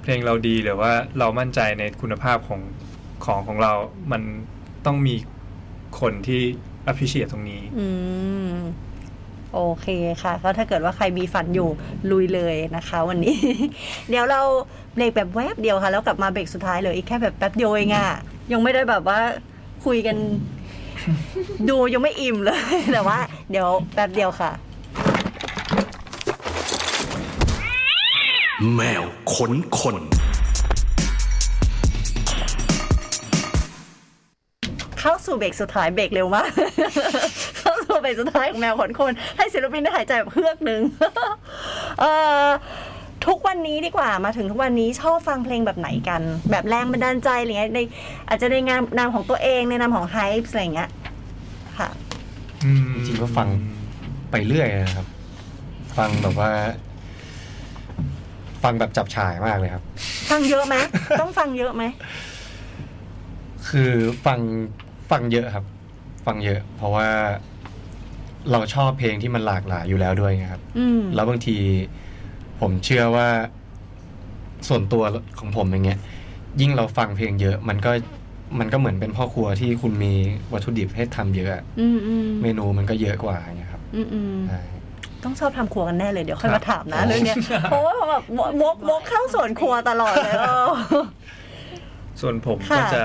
E: เพลงเราดีหรือว่าเรามั่นใจในคุณภาพของของของเรา มันต้องมีคนที่ appreciate ตรงนี้
B: อืม โอเคค่ะ ก็ถ้าเกิดว่าใครมีฝันอยู่ลุยเลยนะคะ วันนี้ เดี๋ยวเราเบรกแบบแวบเดียวค่ะ แล้วกลับมาเบรกสุดท้ายเหลยอีกแค่แบบแป๊บเดียวเองอะยังไม่ได้แบบว่าคุยกัน ดูยังไม่อิ่มเลย แต่ว่า เดี๋ยวแป๊บเดียวค่ะ
A: แมวขนคน
B: เข้าสู่เบรกสุดท้ายเบรกเร็วมาก เข้าสู่เบรกสุดท้ายของแมวขนคน ให้ศิลปินได้หายใจแบบเฮือกหนึ่ง เอ่อทุกวันนี้ดีกว่ามาถึงทุกวันนี้ชอบฟังเพลงแบบไหนกัน แบบแรงบันดาลใจอะไรเงี้ยในอาจจะในงานนามของตัวเองในนามของไฮป์อะไรเงี้ยค่ะ
E: อืม
D: จริงๆก็ฟัง ไปเรื่อยนะครับ ฟังแบบว่า ฟังแบบจับฉ่ายมากเลยครับ
B: ฟังเยอะไหม ต้องฟังเยอะไหม
D: คือฟังฟังเยอะครับ ฟังเยอะ เพราะว่าเราชอบเพลงที่มันหลากหลายอยู่แล้วด้วยไงครับ
B: อื ม
D: แล้วบางทีผมเชื่อว่าส่วนตัวของผมอย่างเงี้ย ยิ่งเราฟังเพลงเยอะ มันก็มันก็เหมือนเป็นพ่อครัวที่คุณมีวัตถุดิบให้ทำเยอะอะ
B: อืมอืม
D: เมนูมันก็เยอะกว่าอย่างเงี้ยครับ
B: อืมอืม
D: ใช่
B: ต้องชอบทำครัวกันแน่เลยเดี๋ยวค่อย
E: ครั
B: มา
E: บ
B: ถามนะเรื่องเนี้ยเพราะว่าแบบวกวกวกเข้าสวนครัวตลอดเลยเออ
E: ส่วนผม
B: ค่ะ
E: ก็จะ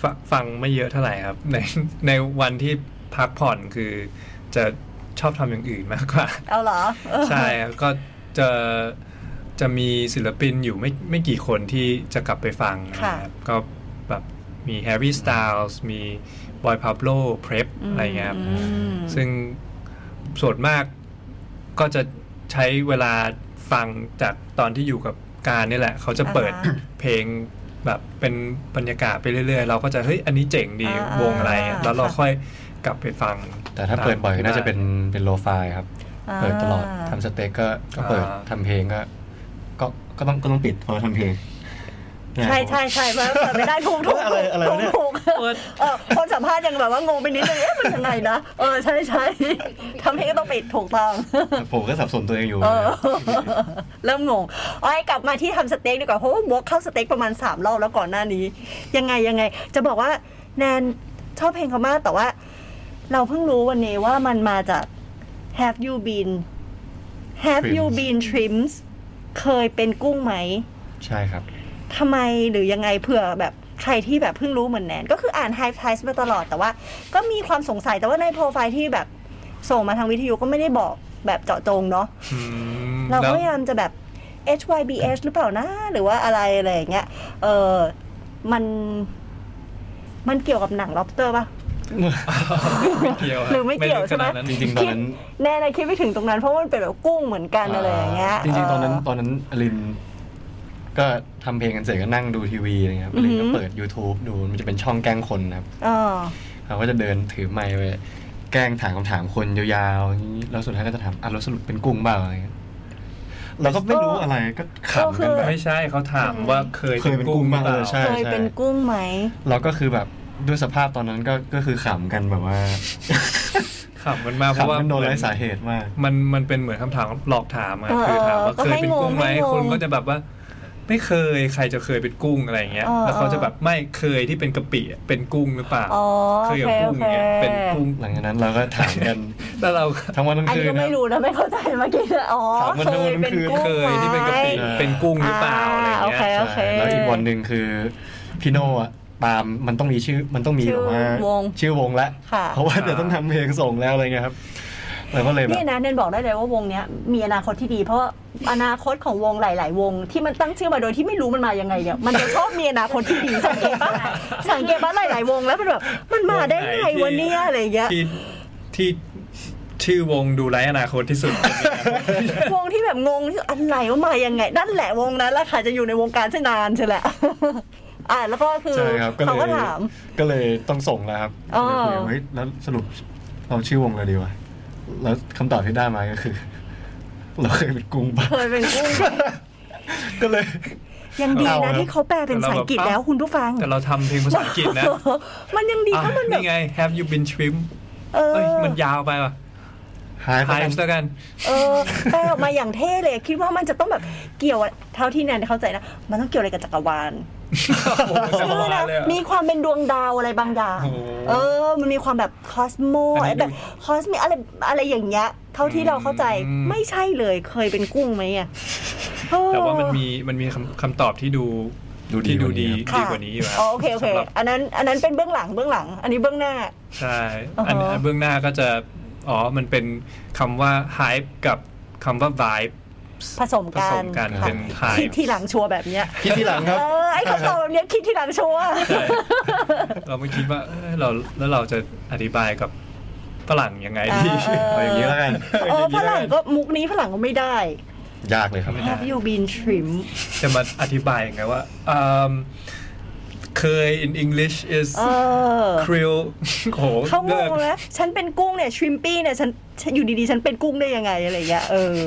E: ฟะฟังไม่เยอะเท่าไหร่ครับ ในในวันที่พักผ่อนคือจะชอบทำอย่างอื่นมากกว่า
B: เอาเหรอเออ
E: ใช่ครับก็จะจะมีศิลปินอยู่ไม่ไม่กี่คนที่จะกลับไปฟังนะ
B: ค่ะ
E: ครับก็แบบมี Harry Styles มี Boy Pablo Prep อะไรเงี้ยครับ
B: อืม
E: ซึ่งส่วนมากก็จะใช้เวลาฟังจากตอนที่อยู่กับการนี่แหละ เขาจะเปิด
B: อ่าฮะ
E: เพลงแบบเป็นบรรยากาศไปเรื่อยๆ เราก็จะเฮ้ยอันนี้เจ๋งดี
B: อ่าว
E: งอะไรอะ
B: อ่า
E: แล้วเราค่อยกลับไปฟัง
D: แต่ถ้าเปิดบ่อยก็น่าจะเป็นเป็นโลไฟครับ
B: อ่า
D: เปิดตลอดทำสเต็กก็ก็เปิดทำเพลงก็ก็ก็ต้องก็ต้องปิดเพราะว่าทำเพลง
B: ใช่ใช่ใช่เพราะเปิดไม่ได้ถูกถูก
D: อะไรอะไร
B: ถูก
D: เนี่ย
B: ถูกเออคนสัมภาษณ์ยังแบบว่างงไปนิดนึงเอ๊ะมันยังไงนะเออใช่ใช่ทำเพลงก็ต้องปิดถูกต้อง
D: ผมก็สับสนตัวเองอยู่
B: เออ เริ่มงงเอ้ยกลับมาที่ทำสเต็กดีกว่าเพราะว่าวกเข้าสเต็กประมาณ 3 รอบแล้วก่อนหน้านี้ ยังไงยังไง จะบอกว่าแนนชอบเพลงเขามาก แต่ว่า เราเพิ่งรู้วันนี้ว่ามันมาจาก Have you been Have you
D: Trims
B: been trims เคยเป็นกุ้งไหม
D: ใช่ครับ
B: ทำไมหรือยังไงเผื่อแบบใครที่แบบเพิ่งรู้เหมือนแนน ก็คืออ่านไฮไพรส์มาตลอดแต่ว่า ก็มีความสงสัยแต่ว่าในโปรไฟล์ที่แบบส่งมาทางวิทยุก็ไม่ได้บอกแบบเจาะจงเนาะ
E: อืม
B: เรา
E: แล้
B: ก็
E: ว
B: พยายามจะแบบ HYBS หรือเปล่านะ หรือว่าอะไรอะไรอย่างเงี้ยเออมันมันเกี่ยวกับหนังล็อบสเตอร์ป่ะ
E: ไม่เกี่ยวคบ
B: หรือไม่เกี่ยว
E: ด้
B: ใช่ไหม
E: ขนาดนั้น
D: จริงๆ ตอนนั้น
B: แน่นะคิดไม่ถึงตรงนั้นเพราะว่ามันเป็นแบบกุ้งเหมือนกันอะไรอย่างเงี้ย
D: จริงๆ ตอนนั้น
B: เ
D: ตอนนั้นอลิน ก็ทำเพลงกันเสร็จก็นั่งดูทีวีอะไรเงี้ยครับอลินก็
B: อือหือ
D: เปิด YouTube ดูมันจะเป็นช่องแกล้งคนนะครับ
B: เออ
D: เขาก็จะเดินถือไมค์ไปแกล้งถามคำถามคนยาวๆอย่างนี้แล้วสุดท้ายก็จะถามอ่ะแล้วสรุปเป็นกุ้งเปล่าอะไรเงี้ยเราก็ไม่รู้อะไรก็ขำกันไป
E: ไม่ใช่เขาถามว่าเคยเป็นกุ้งหรือ
D: เคยเป็นกุ้งบ้าง
E: เปล่า
D: เออใช่
B: เคยเป็นกุ้งไหม
D: เราก็คือแบบด้วยสภาพตอนนั้นก็ก็คือขำกันแบบว่า
E: ขำมันมากเพราะว่า
D: ขำกันโดนไร้
E: เหมือน
D: สาเหตุมาก
E: มันมันเป็นเหมือนคำถามหลอกถามอะ
B: เออ
E: คือถามว่า
B: เออ
E: เคยเป็นกุ้งไหม
B: ก็ให้งง
E: คนก็จะแบบว่า ไม่เคยใครจะเคยเป็นกุ้งอะไรอย่างเงี้ย
B: เออ
E: แล้วเขา
B: เออ
E: จะแบบไม่เคยที่เป็นกะปิอะเป็นกุ้งหรือเปล่า
B: อ๋อ
E: เค
B: โอยเค
E: กักุ้
B: โอง เค
E: เนี่ยเป็นกุ้ง
D: หลังจากนั้นเราก็ถามกัน
E: แล้วเราก็
D: ทั้งวันทั้ง
B: อัน
D: คื
B: นี้
D: น
B: ก็
D: ครั
B: ไม่
D: บ
B: รู้นะไม่เข้าใจเมื่อกี้นะอ๋อ
D: ถามมัน
B: เคย
D: ทั้งวันทั้
B: เป็น
D: งคืน
B: กุ้ง
E: เคยที่เป็นกะปิ
B: ไหม
E: เป็นกุ้งหรือเปล่าอะไรอย่างเงี้ย
B: าโอเค
D: ใช่แล้วอีกวันหนึ่งคือพี่โน่อะตามมันต้องมีชื่อมันต้องมี
B: ชื่
D: แบ
B: อบ
D: ว่าว
B: ง
D: ชื่อวงละ
B: ค่ะ
D: เพราะว่าเดี๋ยวต้องทำเพลงส่งแล้วอะไรเงี้ยครับเราก็เลยแบบ
B: นี่นะเนนบอกได้เลยว่าวงเนี้ยมีอนาคตที่ดี เพราะอนาคตของวงหลาย ๆ วง ที่มันตั้งชื่อมาโดยที่ไม่รู้มันมายังไงเนี่ยมันจะชอบมีอนาคตที่ดีสังเกตปะสังเกตปะหลาย ๆ วงแล้วมันแบบมันมาได้ไงวะเนี่ยอะไรอย่างเงี้ย
E: ที่ที่ชื่อวงดูไร้อนาคตที่ สุด
B: วงที่แบบงงที่สุดอะไรว่ามายังไงนั่นแหละวงนั้นแหละค่ะจะอยู่ในวงการใช่นานใช่แหละอ่ะแล้วก็คือ
D: ใช่ครับก็เล
B: เขา
D: ย
B: ก็ถาม
D: ก็เลยต้องส่งแล้วครับ
B: อ๋อ
D: ก็เลยคุยเฮ้ยแล้วสรุปเราชื่อวงอะไรดีวะแล้วคำตอบที่ได้มาก็คือ เราเคยเป็นกรุงปะ
B: เคยเป็นกุ้ง
D: ก็เลย
B: ยังดี
D: เอา
B: นะ
D: ละ
B: ที่เขาแปลเป็นภาษาอังกฤษแล้วคุณผู้ฟัง
E: แต่เราทำเพลงภาษาอังกฤษนะ
B: มันยังดี
E: อ่ะ
B: ถ้ามันแบบ
E: นี่ไง Have you been shrimp
B: เออ
E: เอ้ยมันยาวไปว่ะ
D: หายไป
E: ไฮส์แล้วกัน
B: เออแปลออกมาอย่างเท่เลย คิดว่ามันจะต้องแบบเกี่ยวอะเท่าที่แนนเข้าใจนะ มันต้องเกี่ยวอะไรกับจักรวาล
E: จักร
B: ชื่อ
E: วา
B: นะ
E: ลเลยอะ
B: มีความเป็นดวงดาวอะไรบางอย่าง
E: โอ้โห
B: เออ มันมีความแบบคอสโม
E: อันนี้ดู
B: แบบคอสมีอะไรอะไรอย่างเงี้ย เท่าที่เราเข้าใจ
E: อืม
B: ไม่ใช่เลยเคยเป็นกุ้งไหมอ่ะโอ้
E: แต่ว่ามันมีมันมีคำคำตอบที่ดู
D: ดูดี
E: ที่ดู
D: กว่านี้
E: ดี
B: ค่ะ
E: ดีกว่านี้อยู่ครับ
B: อ๋อโอเคโอเค
E: สำหรับ
B: อันนั้นอันนั้นเป็นเบื้องหลังเบื้องหลัง อันนี้เบื้องหน้า
E: ใช่
B: อ๋ออั
E: อันอันเบื้องหน้าก็จะอ๋อมันเป็นคำว่า hype กับคำว่า vibe
B: ผสม
E: ผ
B: กั
E: ส
B: น
E: มกัน
B: ค่ะ
E: เป็น hype
B: คิดทีหลังชัวร์แบบเนี้ย
D: คิดทีหลังครับ
B: เออไอ้คำตอบแบบเนี้ยคิดทีหลังชัวร์
E: ใช่เราไม่คิดว่าเอ้ยเราแล้วเราจะอธิบายกับฝรั่งยังไงดี
D: เอาอย่างนี้แล้วกัน
B: เออฝรั่งก็มุกนี้ฝรั่งก็ไม่ได้
D: ยากเลยครับ
B: Have you been trim
E: จะมาอธิบายยังไงว่าอืมเคย in English is
B: เออ
E: krill โอ้โห
B: เขาง
E: เลิ
B: ง
E: ก
B: แล้วฉันเป็นกุ้งเนี่ยชริมปี้เนี่ยฉันฉันอยู่ดีๆ ฉันเป็นกุ้งได้ยังไงอะไรเงี้ยเออ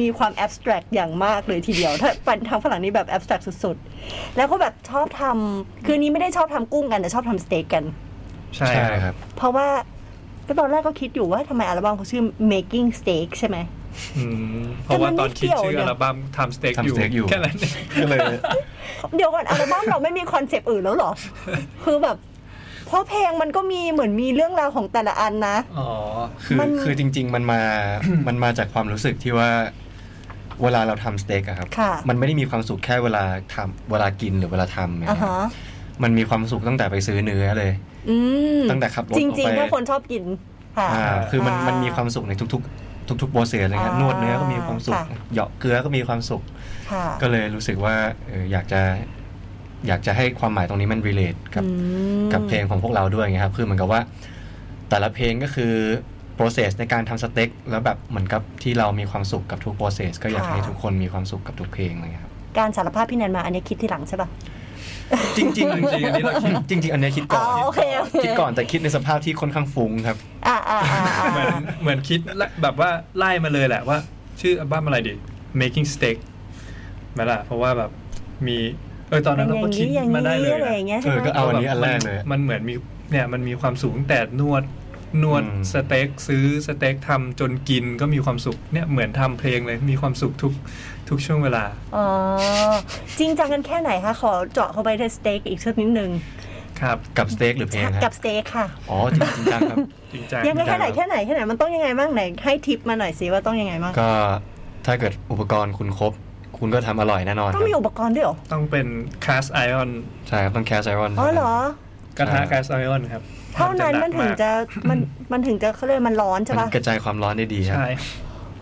B: มีความแอบสแตรกอย่างมากเลยทีเดียว ถ้าเป็นทางฝรั่งนี่แบบแอบสแตรกสุดๆ แล้วก็แบบชอบทำคือนี้ไม่ได้ชอบทำกุ้งกัน แต่ชอบทำสเต็กกัน
E: ใช่
D: ใช่ครับ
B: เพราะว่าก็ตอนแรกก็คิดอยู่ว่าทำไมอัลบั้มเขาชื่อ making steak ใช่ไหม
E: อืมเพราะว่าตอนคิดชื่
B: แต่มันไม่
E: อ
B: เกี่ยวเนี่ย
E: อัลบั้มทำสเต็ก
D: ทำสเต็กอ
E: อยู่ ยู่ แค่นั้นเอง
D: ก็เลย
B: เดี๋ยวก่อนอัลบั้มเราไม่มีคอนเซปต์อื่นแล้วเหรอ คือแบบเพราะเพลงมันก็มีเหมือนมีเรื่องราวของแต่ละอันนะ
E: อ๋อ
D: คือ
B: มัน
D: คือจริง ๆ มันมา มันมาจากความรู้สึกที่ว่า เวลาเราทำสเต็กอะครับ
B: ค่ะ
D: มันไม่ได้มีความสุขแค่เวลาทำเวลากินหรือเวลาทำเนี่ย
B: อ่ะฮะ
D: มันมีความสุขตั้งแต่ไปซื้อเนื้อเลย
B: อืม
D: ตั้งแต่ขับรถออกไป
B: จริงๆถ้าคนชอบกินค่ะ
D: อ่าคือมัน
B: อ่ามั
D: มันมีความสุขในทุก ๆ ทุกๆโปรเซสเลยครับ
B: อ่าน
D: วดเนื้อก็มีความสุข
B: ค่ะ
D: เหยาะเกลือก็มีความสุข
B: ค่ะ
D: ก็เลยรู้สึกว่าเอออยากจะ อยากจะให้ความหมายตรงนี้มัน relate กับ
B: อืม
D: กับเพลงของพวกเราด้วยไงครับคือเหมือนกับว่า แต่ละเพลงก็คือ process ในการทำสเต็กแล้วแบบเหมือนกับที่เรามีความสุขกับทุก process ก็อยาก
B: ค่ะ
D: ให้ทุกคนมีความสุขกับทุกเพลงอะไรเงี้ยครับ
B: การสารภาพพี่แนนมาอันนี้คิดทีหลังใช่ป่ะ
D: จริงๆจริง
E: จริงๆอันนี้เราคิด
D: จริงๆ อันเนี้ยคิดก่อน
B: อ๋อโอเคโอเค
D: คิดก่อนแต่คิดในสภาพที่ค่อนข้างฟุ้งครับ
B: อ่าอ่าอ่าอ่า
E: เหมือนเหมือนคิดละแบบว่าไล่มาเลยแหละว่า ชื่ออัลบั้มอะไรดี making steak ไหมาละเพราะว่าแบบมีเออตอนนั้นเราก็คิด
B: อย่าง
E: มาได้
B: นี้
E: เล
B: อยย่างนี้อะไร
E: นะ
B: อย่างเงี้ย
D: เอ
B: ใช่ไห
D: อ
B: ม
D: ก็เอาอันนี้อันแรกเลย
E: มันมันเหมือนมีเนี่ยมันมีความสูงแต่นวดนวด
D: อืม
E: สเต็กซื้อสเต็กทำจนกินก็มีความสุขเนี่ยเหมือนทำเพลงเลยมีความสุขทุกทุกช่วงเวลา
B: อ๋อจริงจังกันแค่ไหนคะขอเจาะเข้าไปในสเต็กอีกสักนิดนึง
E: ครับ
D: กับสเต็กหรือเพลงค
B: กั
D: รั
B: บบ สเต็กค่ะ
D: อ๋อจริงจริงจังครับ
E: จริงจัง
B: ยังไง
E: ค
B: แค่
E: รับ
B: ไหนแค่ไหนแค่ไหนมันต้องยังไงบ้างไหนให้ทิปมาหน่อยสิว่าต้องยังไงบ้าง
D: ก็ถ้าเกิดอุปกรณ์คุณครบ คุณก็ทำอร่อยแน่นอนค
B: ต้อง
D: รับ
B: มีอุปกรณ์ด้วยเหรอ
E: ต้องเป็น cast iron
D: ใช่ครับต้องแคสไอรอน
B: อ๋อเหรอ
E: กระทะ
D: ใช่
E: cast iron ครับ
B: เท่านั้นมันถึงจะมันมันถึงจะเขาเรียกมันร้อนใช่
D: มั
B: ป่ะ
D: นกระจายความร้อนได้ดีครับ
E: ใช่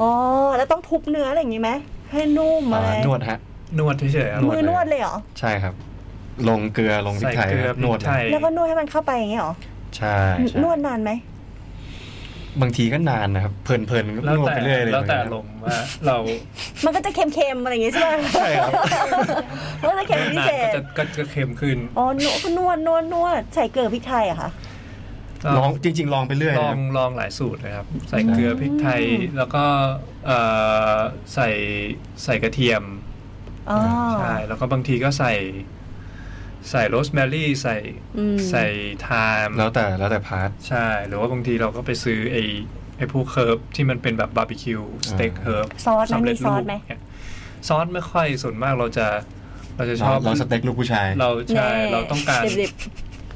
B: อ๋อแล้วต้องทุบเนื้ออะไรอย่างงี้ไหมให้นุ่มอะไร
D: อ่านวดฮะ
E: นวดเฉยๆครับ
D: นวด
B: มือนวดเลยเหรอ
D: ใช่ครับ ลงเกลือลงพริกไทย
E: ใส่เกลือ
D: ครับ
E: พริก
D: นวด
E: ไทย
B: แล้วก็นวดให้มันเข้าไปอย่างเงี้ยเหรอ
D: ใช่ใช่
B: นวดนานไหม
D: บางทีก็นานนะครับ เพลินเพลินๆก็
E: แล้ว
D: นวด
E: แต่
D: ไปเรื่อยเลย
E: แล้วแต่ลมว่าเรา
B: มันก็จะเค็มๆอะไรอย่างงี้ใช่ไหม
D: ใช่ครับ
B: มันก็จะเค็มพิ
E: นา
B: เศ
E: น
B: ษ
E: ก็จะก็จะเค็มขึ้น
B: อ๋อนวดนวดนวดนวดใส่เกลือพริกไทยอะค่ะ
E: ก็
D: ลองจริง ๆ ลองไปเรื่อย
E: ล
D: นะ
E: อ
D: ค
E: ง
D: รับ
E: ลองหลายสูตรนะครับ ใส่เกลือพริกไทยแล้วก็เอ่อใส่ใส่กระเทียม
B: อ๋อ
E: ใช่แล้วก็บางทีก็ใส่ ใส่โรสแมรี่ใส่
B: อืม
E: ใส่ไทม์
D: แล้วแต่แล้วแต่พาร์ท
E: ใช่ หรือว่าบางทีเราก็ไปซื้อไอ้ไอ้พวกเคิร์บที่มันเป็นแบบบาร์บีคิวสเต็กเคิร์บ
B: ซอสไหม
E: สำ
B: มี
E: เร็จ
B: ซ
E: รู
B: อ
E: ป
B: สไหม
E: เนี่ยซอสไม่ค่อยส่วนมากเราจะเราจะช
D: เรา
E: อบ
D: เราสเต็กลูกผู้ชาย
E: เราใช่
B: แน่
E: เราต้องการ
B: ดิบ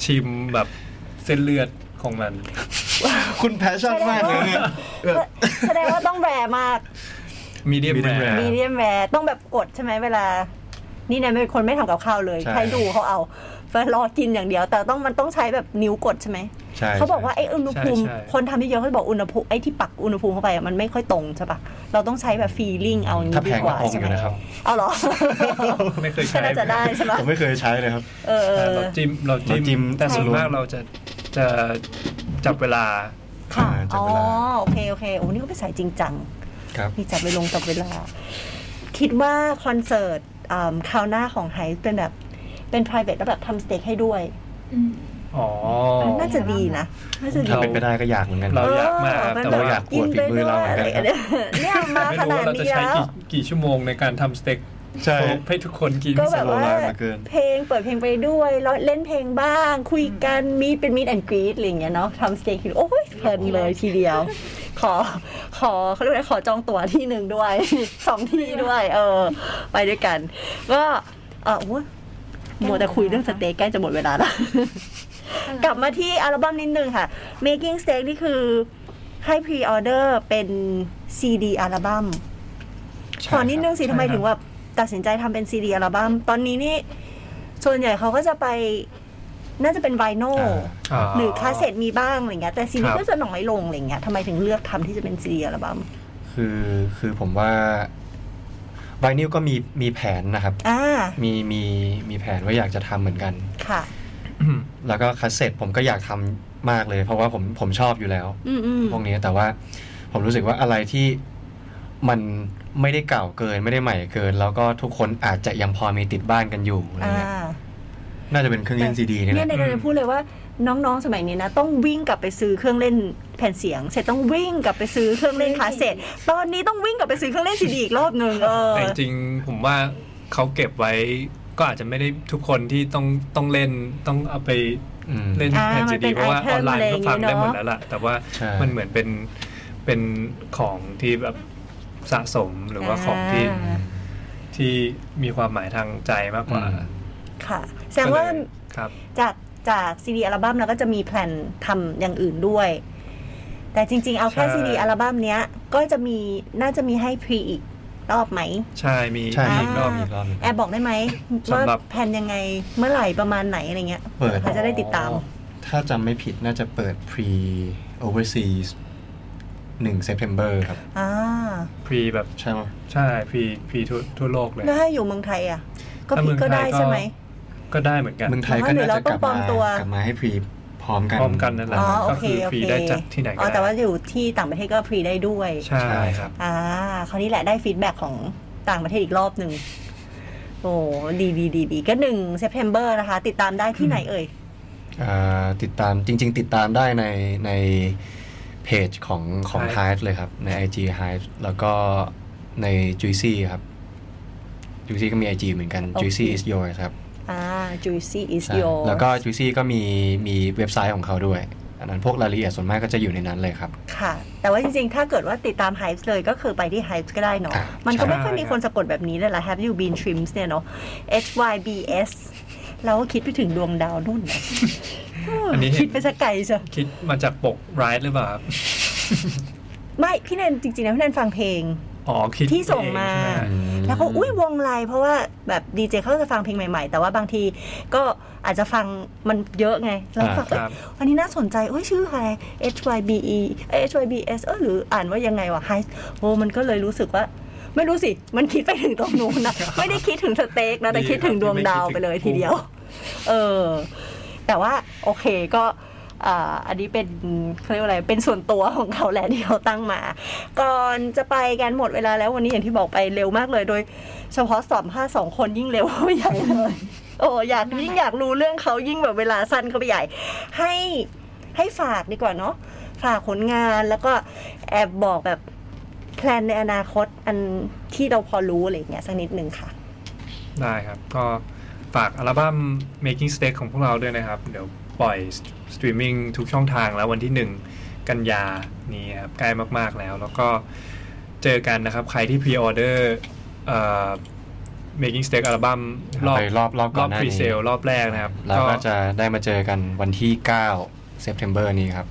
E: ชิมแบบเส้นเลือดของมัน
D: คุณแพชชั่นมากเลยเนี่ย
B: ๆแสดงว่าต้องแรมาก
E: มีเดียม
D: Medium
E: แร
D: rare
B: มีเดียมแรต้องแบบกดใช่ไหมเวลา นี่เนี่ยเป็นคนไม่ทำกับข้าวเลย
D: ใช่
B: ใครดูเขาเอา ไปรอกินอย่างเดียว แต่ต้องมันต้องใช้แบบนิ้วกดใช่ไหม
D: ใช่
B: เขาบอกว่าไอ้อุณหภูมิ
E: ใช่ใช่
B: คนทำเยอะๆเขาจะบอกอุณหภูมิไอ้ที่ปักอุณหภูมิเข้าไปอะมันไม่ค่อยตรงใช่ปะเราต้องใช้แบบฟีลิ่งเอาอย่าง
D: ถ้า
B: นี้ดีก
D: แพงก็
B: ว่า
D: ออกอ
B: ใช่ไหม
D: ยู่นะครับ
B: เอาเหรอ
E: ไม่เคย
B: ก็
E: ใช้
B: น่าจะได้ใช่ไหม
D: ผมไม่เคยใช้เลยครับ
B: เออ
E: เออเราจิ้มเรา
D: เราจิ้
E: จิ้
D: ม
E: ม แต่ส่วนมา
D: ใช่
E: กเราจะจะจับเวลา
B: ค่ะ
D: อ่าจับ
B: อ๋อ
D: เวลา
B: โอเค โอเค โอ้นี่ก็ไปนสายจริงจัง
D: ครับ
B: มีจับไปลงจับเวลา คิดว่าคอนเสิร์ตอ่าคราวหน้าของไฮเป็นแบบ เป็น p r i v a t e แล้วแบบทำสเต็กให้ด้วย
C: อืม
E: อ๋อ
B: น่าจะดีนะ น่าจะดี
D: ถ้าเป็นไปได้ก็อยากเหมือนกัน
E: เราอยากมาแต่
B: แบบ
E: เราอยาก
D: อวดฝีมือเราเหมือนกัน
B: กิไปด้วยอะไรอย่างเงี้ยเนี่ยมา
E: ไม่
B: ข
E: รู้
B: นาด
E: ว่าเราจะ
B: นี้
E: ใช้
B: แล้ว
E: กี่กี่ชั่วโมงในการทำสเต็ก
D: ใช่
E: ให้ทุกคนกิน
B: ก็แบบว่า
D: สโลว์ไลฟ์เหลือเกิน
B: เพลงเปิดเพลงไปด้วยแล้วเล่นเพลงบ้าง คุยกันมีเป็นมีดแอนกรีดอะไรอย่างเงี้ยเนาะทำสเต็กโอ้ยเพลินเลยทีเดียว ขอขอเขาเรียก ว่าขอจองตั๋วที่หนึ่งด้วย สองที่ด้วย เออ ไปด้วยกัน ก็ เออโอ้ยหมดแต่คุยเรื่องสเต็กใกล้จะหมดเวลาแล้ว กลับมาที่อัลบั้มนิดนึงค่ะ Making Steak นี่คือให้พรีออเดอร์เป็น CD อัลบั้ม
D: ใช่
B: ขอนิดนึงสิ
E: ใช่
B: ทำไม
E: ครับ
B: ถึงว่าตัดสินใจทำเป็น CD อัลบั้มตอนนี้นี่ส่วนใหญ่เขาก็จะไปน่าจะเป็นไวโนล
D: อ่า
B: หรือคาสเซ็ตมีบ้างอะไรเงี้ยแต่ซีดี
E: ครับ
B: ก็จะน้อยลงอะไรเงี้ยทำไมถึงเลือกทำที่จะเป็นซีดีอัลบั้ม
D: คือคือผมว่าไวนิลก็มีมีแผนนะครับ
B: อ่า
D: มีมีมีแผนว่าอยากจะทำเหมือนกัน
B: ค่ะ
D: แล้วก็คัสเซ็ตผมก็อยากทำมากเลย เพราะว่าผมผมชอบอยู่แล้ว
B: อืมอืม
D: พวกนี้แต่ว่าผมรู้สึกว่าอะไรที่มันไม่ได้เก่าเกินไม่ได้ใหม่เกิน แล้วก็ทุกคนอาจจะยังพอมีติดบ้านกันอยู่อะไร
B: อ่
D: เงี้ย
B: า
D: น่าจะเป็นเครื่องเล่นซีดีนี่แห
B: เนี่ย
D: ละ
B: ในการพูดเลยว่าน้องๆสมัยนี้นะ ต้องวิ่งกลับไปซื้อเครื่องเล่นแผ่นเสียง เสร็จต้องวิ่งกลับไปซื้อเครื่องเล่นคาสเซ็ตตอนนี้ต้องวิ่งกลับไปซื้อเครื่องเล่นซีดีอีกรอบหนึ่งเออ
E: แต่จริงๆผมว่าเขาเก็บไว้ก็อาจจะไม่ได้ทุกคนที่ต้องต้องเล่นต้องเอาไป
D: อืม
E: เล่นแผ่นซีดีเพราะว่าออนไลน์ก็ฟังได้หมดแล้วล่ะ แต่ว่า
D: ใช่
E: มันเหมือนเป็นเป็นของที่แบบสะสมหรือว่าของที่
D: อืม
E: ที่มีความหมายทางใจมากกว่า
D: อืม
B: ค่ะ แสดงว่า
E: ก็เลยครับ
B: จากจากซีดีอัลบั้มแล้วก็จะมีแพลนทำอย่างอื่นด้วย แต่จริง ๆ เอาแค่
E: ใช่
B: ซีดีอัลบั้มเนี้ย ก็จะมีน่าจะมีให้พรีอีกรอบไหม
E: ใช่มี
D: ใช่
B: อ่า
E: อีกรอบ
D: มีอีกรอบหนึ่ง
B: แอบบอกได้ไหมว่า
E: สำหรับ
B: แพลนยังไงเมื่อไหร่ประมาณไหนอะไรเงี้ย
D: เปิด
B: เขาจะได้ติดตาม
D: ถ้าจำไม่ผิดน่าจะเปิด pre overseas หนึ่ง September ครับ
B: อ่า
E: พรีแบบ
D: ใช่ไหม
E: ใช่พรีพรีทั่วทั่วโลกเลย
B: แล้วถ้าอยู่เมืองไทยอ่ะ ก็
E: ถ้า
B: พ
E: เมื
B: รี
E: อง
B: ก็ได้
E: ไทยก็
B: ใช่ไหม
E: ก็ได้เหมือนกัน
D: เมืองไทยก็
B: หรือ
D: น่า
B: เรา
D: จะกลับ
B: ต้องปลอ
D: มาม
B: ตัว
D: กลับมาให้ pre พร้อมกัน
E: พร้อมกันนั่นแหละ
B: อ๋อ
E: ก็
B: โอเค
E: คือ
B: โอ
E: ฟรี
B: เค
E: ได้จากที่ไหนก็
B: อ๋อแต่
E: ได้
B: ว่าอยู่ที่ต่างประเทศก็ฟรีได้ด้วย
E: ใช่ครับ
B: อ่าคราวนี้แหละได้ฟีดแบ็กของต่างประเทศอีกรอบหนึ่งโอ้ดีดีดีดีก็หนึ่งเซ p เ e m b e r นะคะ ติดตามได้ที่ไหนเอ่ย
D: อ่าติดตามจริง ๆ ติดตามได้ในในเพจของของ
E: Hive
D: Hive เลยครับ ใน IG Hive แล้วก็ใน Juicy ครับ Juicy ก็มี IG เหมือนกัน
B: โอเค
D: Juicy is yours ครับ
B: อ่า juicy is
D: ใช่
B: your
D: แล้วก็ Juicy ก็มีมีเว็บไซต์ของเขาด้วย อันนั้นพวกรายละเอียดส่วนมากก็จะอยู่ในนั้นเลยครับ
B: ค่ะ แต่ว่าจริงๆ ถ้าเกิดว่าติดตาม Hype เลยก็คือไปที่ Hype ก็ได้เนาะ
D: อ่ะ
B: มันก็
D: ใช่
B: ไม่ค่อยมีคนสะกดแบบนี้เลยล่ะ Have you been trims เนี่ยเนาะ H Y B S แล้วก็คิดไปถึงดวงดาวนู่นนะ
E: อันนี้เห็น
B: คิดไปสักไกลจ้ะ
E: คิดมาจากปกไรท์หรือเปล่าครับ
B: ไม่ พี่แนนจริงๆนะพี่แนนฟังเพลง
E: อ๋อคิด
B: ที่ส่ง
E: เอ
B: มา
E: ใช่ไห
D: อืม
B: แล้วก็อุ้ยวงไลน์เพราะว่าแบบดีเจเขาจะฟังเพลงใหม่ๆ แต่ว่าบางทีก็อาจจะฟังมันเยอะไง แล้วฟัง
E: ครับ
B: อันนี้น่าสนใจเอ้ยชื่ออะไร H Y B E เอ้ย H Y B S เออหรืออ่านว่ายังไงวะไฮโอ้มันก็เลยรู้สึกว่า ไม่รู้สิ มันคิดไปถึงตรงนู้นนะ ไม่ได้คิดถึงสเต็กนะ แต่คิดถึงดวงดาวไปเลยทีเดียว เออ แต่ว่าโอเคก็อ่าอันนี้เป็นเขาเรียกว่าอะไรเป็นส่วนตัวของเขาแหละที่เขาตั้งมา ก่อนจะไปกันหมดเวลาแล้ววันนี้อย่างที่บอกไปเร็วมากเลย โดยเฉพาะสอบห้าสองคนยิ่งเร็วเข้า ไปใหญ่เลย โอ้อยากยิ่งอยากรู้เรื่องเขายิ่งแบบเวลาสั้นเข้าไปใหญ่ ให้ให้ฝากดีกว่าเนาะฝากผลงานแล้วก็แอบบอกแบบแพลนในอนาคตอันที่เราพอรู้อะไรอย่างเงี้ยสักนิดหนึ่งค่ะ
E: ได้ครับ ก็ฝากอัลบั้ม Making Steak ของพวกเราด้วยนะครับ เดี๋ยวปล่อยสตรีมมิ่งทุกช่องทางแล้ววันที่หนึ่งกันยานี้ครับ ใกล้มาก ๆ แล้ว แล้วก็เจอกันนะครับ ใครที่พรีออเดอร์เอ่อ Making Steak อัลบั้มรอบ
D: ไปรอบรอบก่
E: ร
D: อ
E: อน
D: ห
E: บ
D: น้า
E: พรี
D: นี้
E: เซลรอบแรกนะครับ
D: เราก็จะได้มาเจอกันวันที่ 9 September นี้ครับ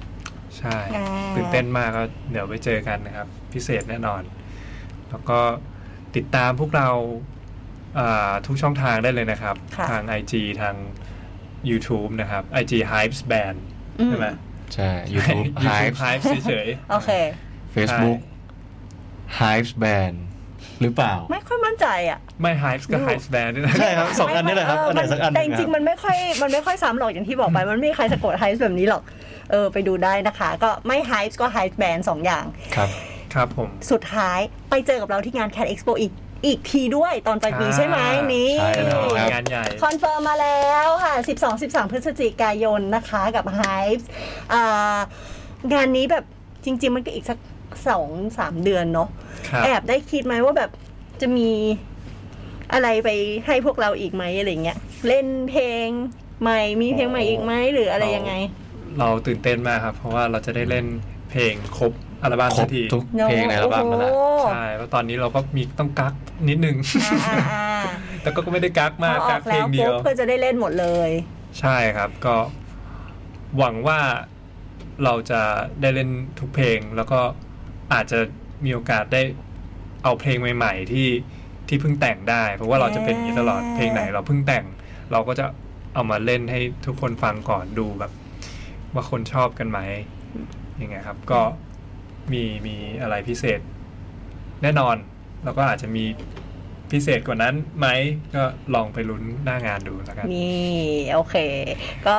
E: ใช่
B: อ่า
E: ตื่นเต้นมากก็เดี๋ยวไปเจอกันนะครับ พิเศษแน่นอน แล้วก็ติดตามพวกเราเอ่อทุกช่องทางได้เลยนะครับ
B: ค่ะ
E: ทาง IG ทาง YouTube นะครับ IG Hypes Band
B: อืม
E: ใช่ไหม
D: ใช่ YouTube Hive
E: YouTube Hypes เฉยๆ
B: โอเค
D: Facebook Hive Band หรือเปล่า
B: ไม่ค่อยมั่นใจอ่ะ
E: ไม่ Hypes ก็ Hypes Band นี่แหละ
D: ใช่ครับสองอันนี่แหละครับ
B: ไม่
D: อันไหน
B: ไม่
D: สักอันห
B: แต่จ
D: นึ่ง
B: ริงๆ
D: ค
B: มั
D: รับ
B: นไม่ค่อยมันไม่ค่อยซ้ำหรอกอย่างที่บอกไป มันไม่มีใครสะกดไฮส์แบบนี้หรอก เออ ไปดูได้นะคะ ก็ไม่ไฮส์ก็ไฮส์แบนสองอย่าง
D: ครับ
E: ครับผม
B: สุดท้ายไปเจอกับเราที่งาน Cat Expo อีก อีกทีด้วยตอนปลายปีใช่ไหม
E: อ่านี่
B: นี่
D: ใช่แล้ว ครับ
E: งานใหญ่
B: คอนเฟิร์มมาแล้วค่ะ 12 13 พฤศจิกายนนะคะกับ Hives อ่างานนี้แบบจริง ๆ มันก็อีกสัก 2-3 เดือนเนาะ
E: ครับ
B: แอบได้คิดไหมว่าแบบจะมีอะไรไปให้พวกเราอีกไหมอะไรเงี้ย เล่นเพลงใหม่ มีเพลงใหม่อีกไหมหรืออะไรยังไง
E: เราตื่นเต้นมากครับ เพราะว่าเราจะได้เล่นเพลงครบอัลบั้ม
D: คร
E: สั
D: บ
E: กที
D: ทุกเพลงในอัลบั้มมาแล้ว
B: โอ้โห
E: ใช่แล้วตอนนี้เราก็มีต้องกักนิดนึง
B: อ่าอ่าอ่า
E: แต่ก็ไม่ได้กั กมาก
B: พออ
E: กั
B: อก ก
E: เพล
B: แล้ว
E: งเดีย
B: ปุ๊บ
E: ว
B: ก็จะได้เล่นหมดเลย
E: ใช่ครับก็หวังว่าเราจะได้เล่นทุกเพลง แล้วก็อาจจะมีโอกาสได้เอาเพลงใหม่ๆที่ที่เพิ่งแต่งได้ เพราะว่าเราจะเป็นอย่างนี้ตลอด
B: เอ่อ
E: เพลงไหนเราเพิ่งแต่ง เราก็จะเอามาเล่นให้ทุกคนฟังก่อนดูแบบ ว่าคนชอบกันไหมอย่างเงี้ยครับ ก็มีมีอะไรพิเศษ แน่นอน แล้วก็อาจจะมีพิเศษกว่านั้นไหมก็ลองไปลุ้นหน้างานดูแล้วกัน
B: นี่ โอเค ก็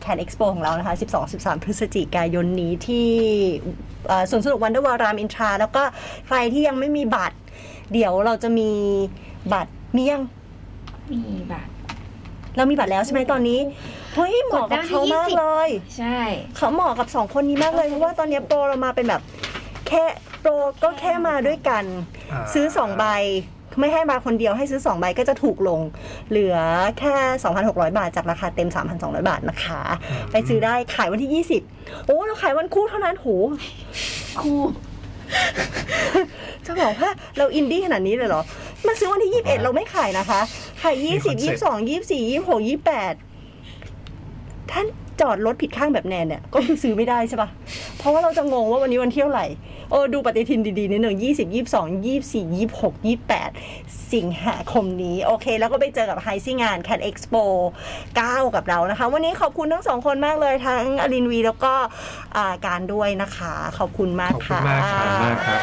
B: แคนเอ็กซ์โปของเรานะคะ 12-13 พฤศจิกายนนี้ที่เอ่อสวนสนุกวันเดอร์วารามอินทรา แล้วก็ใครที่ยังไม่มีบัตร เดี๋ยวเราจะมีบัตรมียัง
C: มีบัตร
B: เรามีบัตรแล้วใช่ไหมตอนนี้ เฮ้ยเหมาะกับเขามากเลย
C: ใช่
B: เขาเหมาะกับสองคนนี้มากเลย เพราะว่าตอนนี้โปรเรามาเป็นแบบแค่โปรก็แค่มาด้วยกัน
E: อ่า
B: ซื้อสองใบ ไม่ให้มาคนเดียวให้ซื้อสองใบก็จะถูกลง เหลือแค่ 2,600 บาทจากราคาเต็ม 3,200 บาทนะคะ ไปซื้อได้ขายวันที่ 20 โอ้ เราขายวันคู่เท่านั้นโห
C: คู่
B: จะบอกว่าเราอินดี้ขนาดนี้เลยเหรอ มาซื้อวันที่ 21 เราไม่ขายนะคะ ขาย
E: มีคอน
B: 20
E: เซ็ปต์
B: 22 24 26 28 ท่านจอดรถผิดข้างแบบแนนเนี่ย ก็คือซื้อไม่ได้ใช่ปะเพราะว่าเราจะงงว่าวันนี้วันเที่ยวไหร่เออดูปฏิทินดีๆนิดหนึ่ง20 22 24 26 28 สิงหาคมนี้ โอเค แล้วก็ไปเจอกับไฮซี่งาน Cat Expo 9 กับเรานะคะ วันนี้ขอบคุณทั้งสองคนมากเลยทั้งอลินวีแล้วก็อ่าการด้วยนะคะ ขอบคุณมาก
E: ขอบคุ
B: ค่ะ
E: ณมากครับขอบ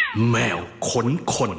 E: คุณมากครับ
A: แมวขนคน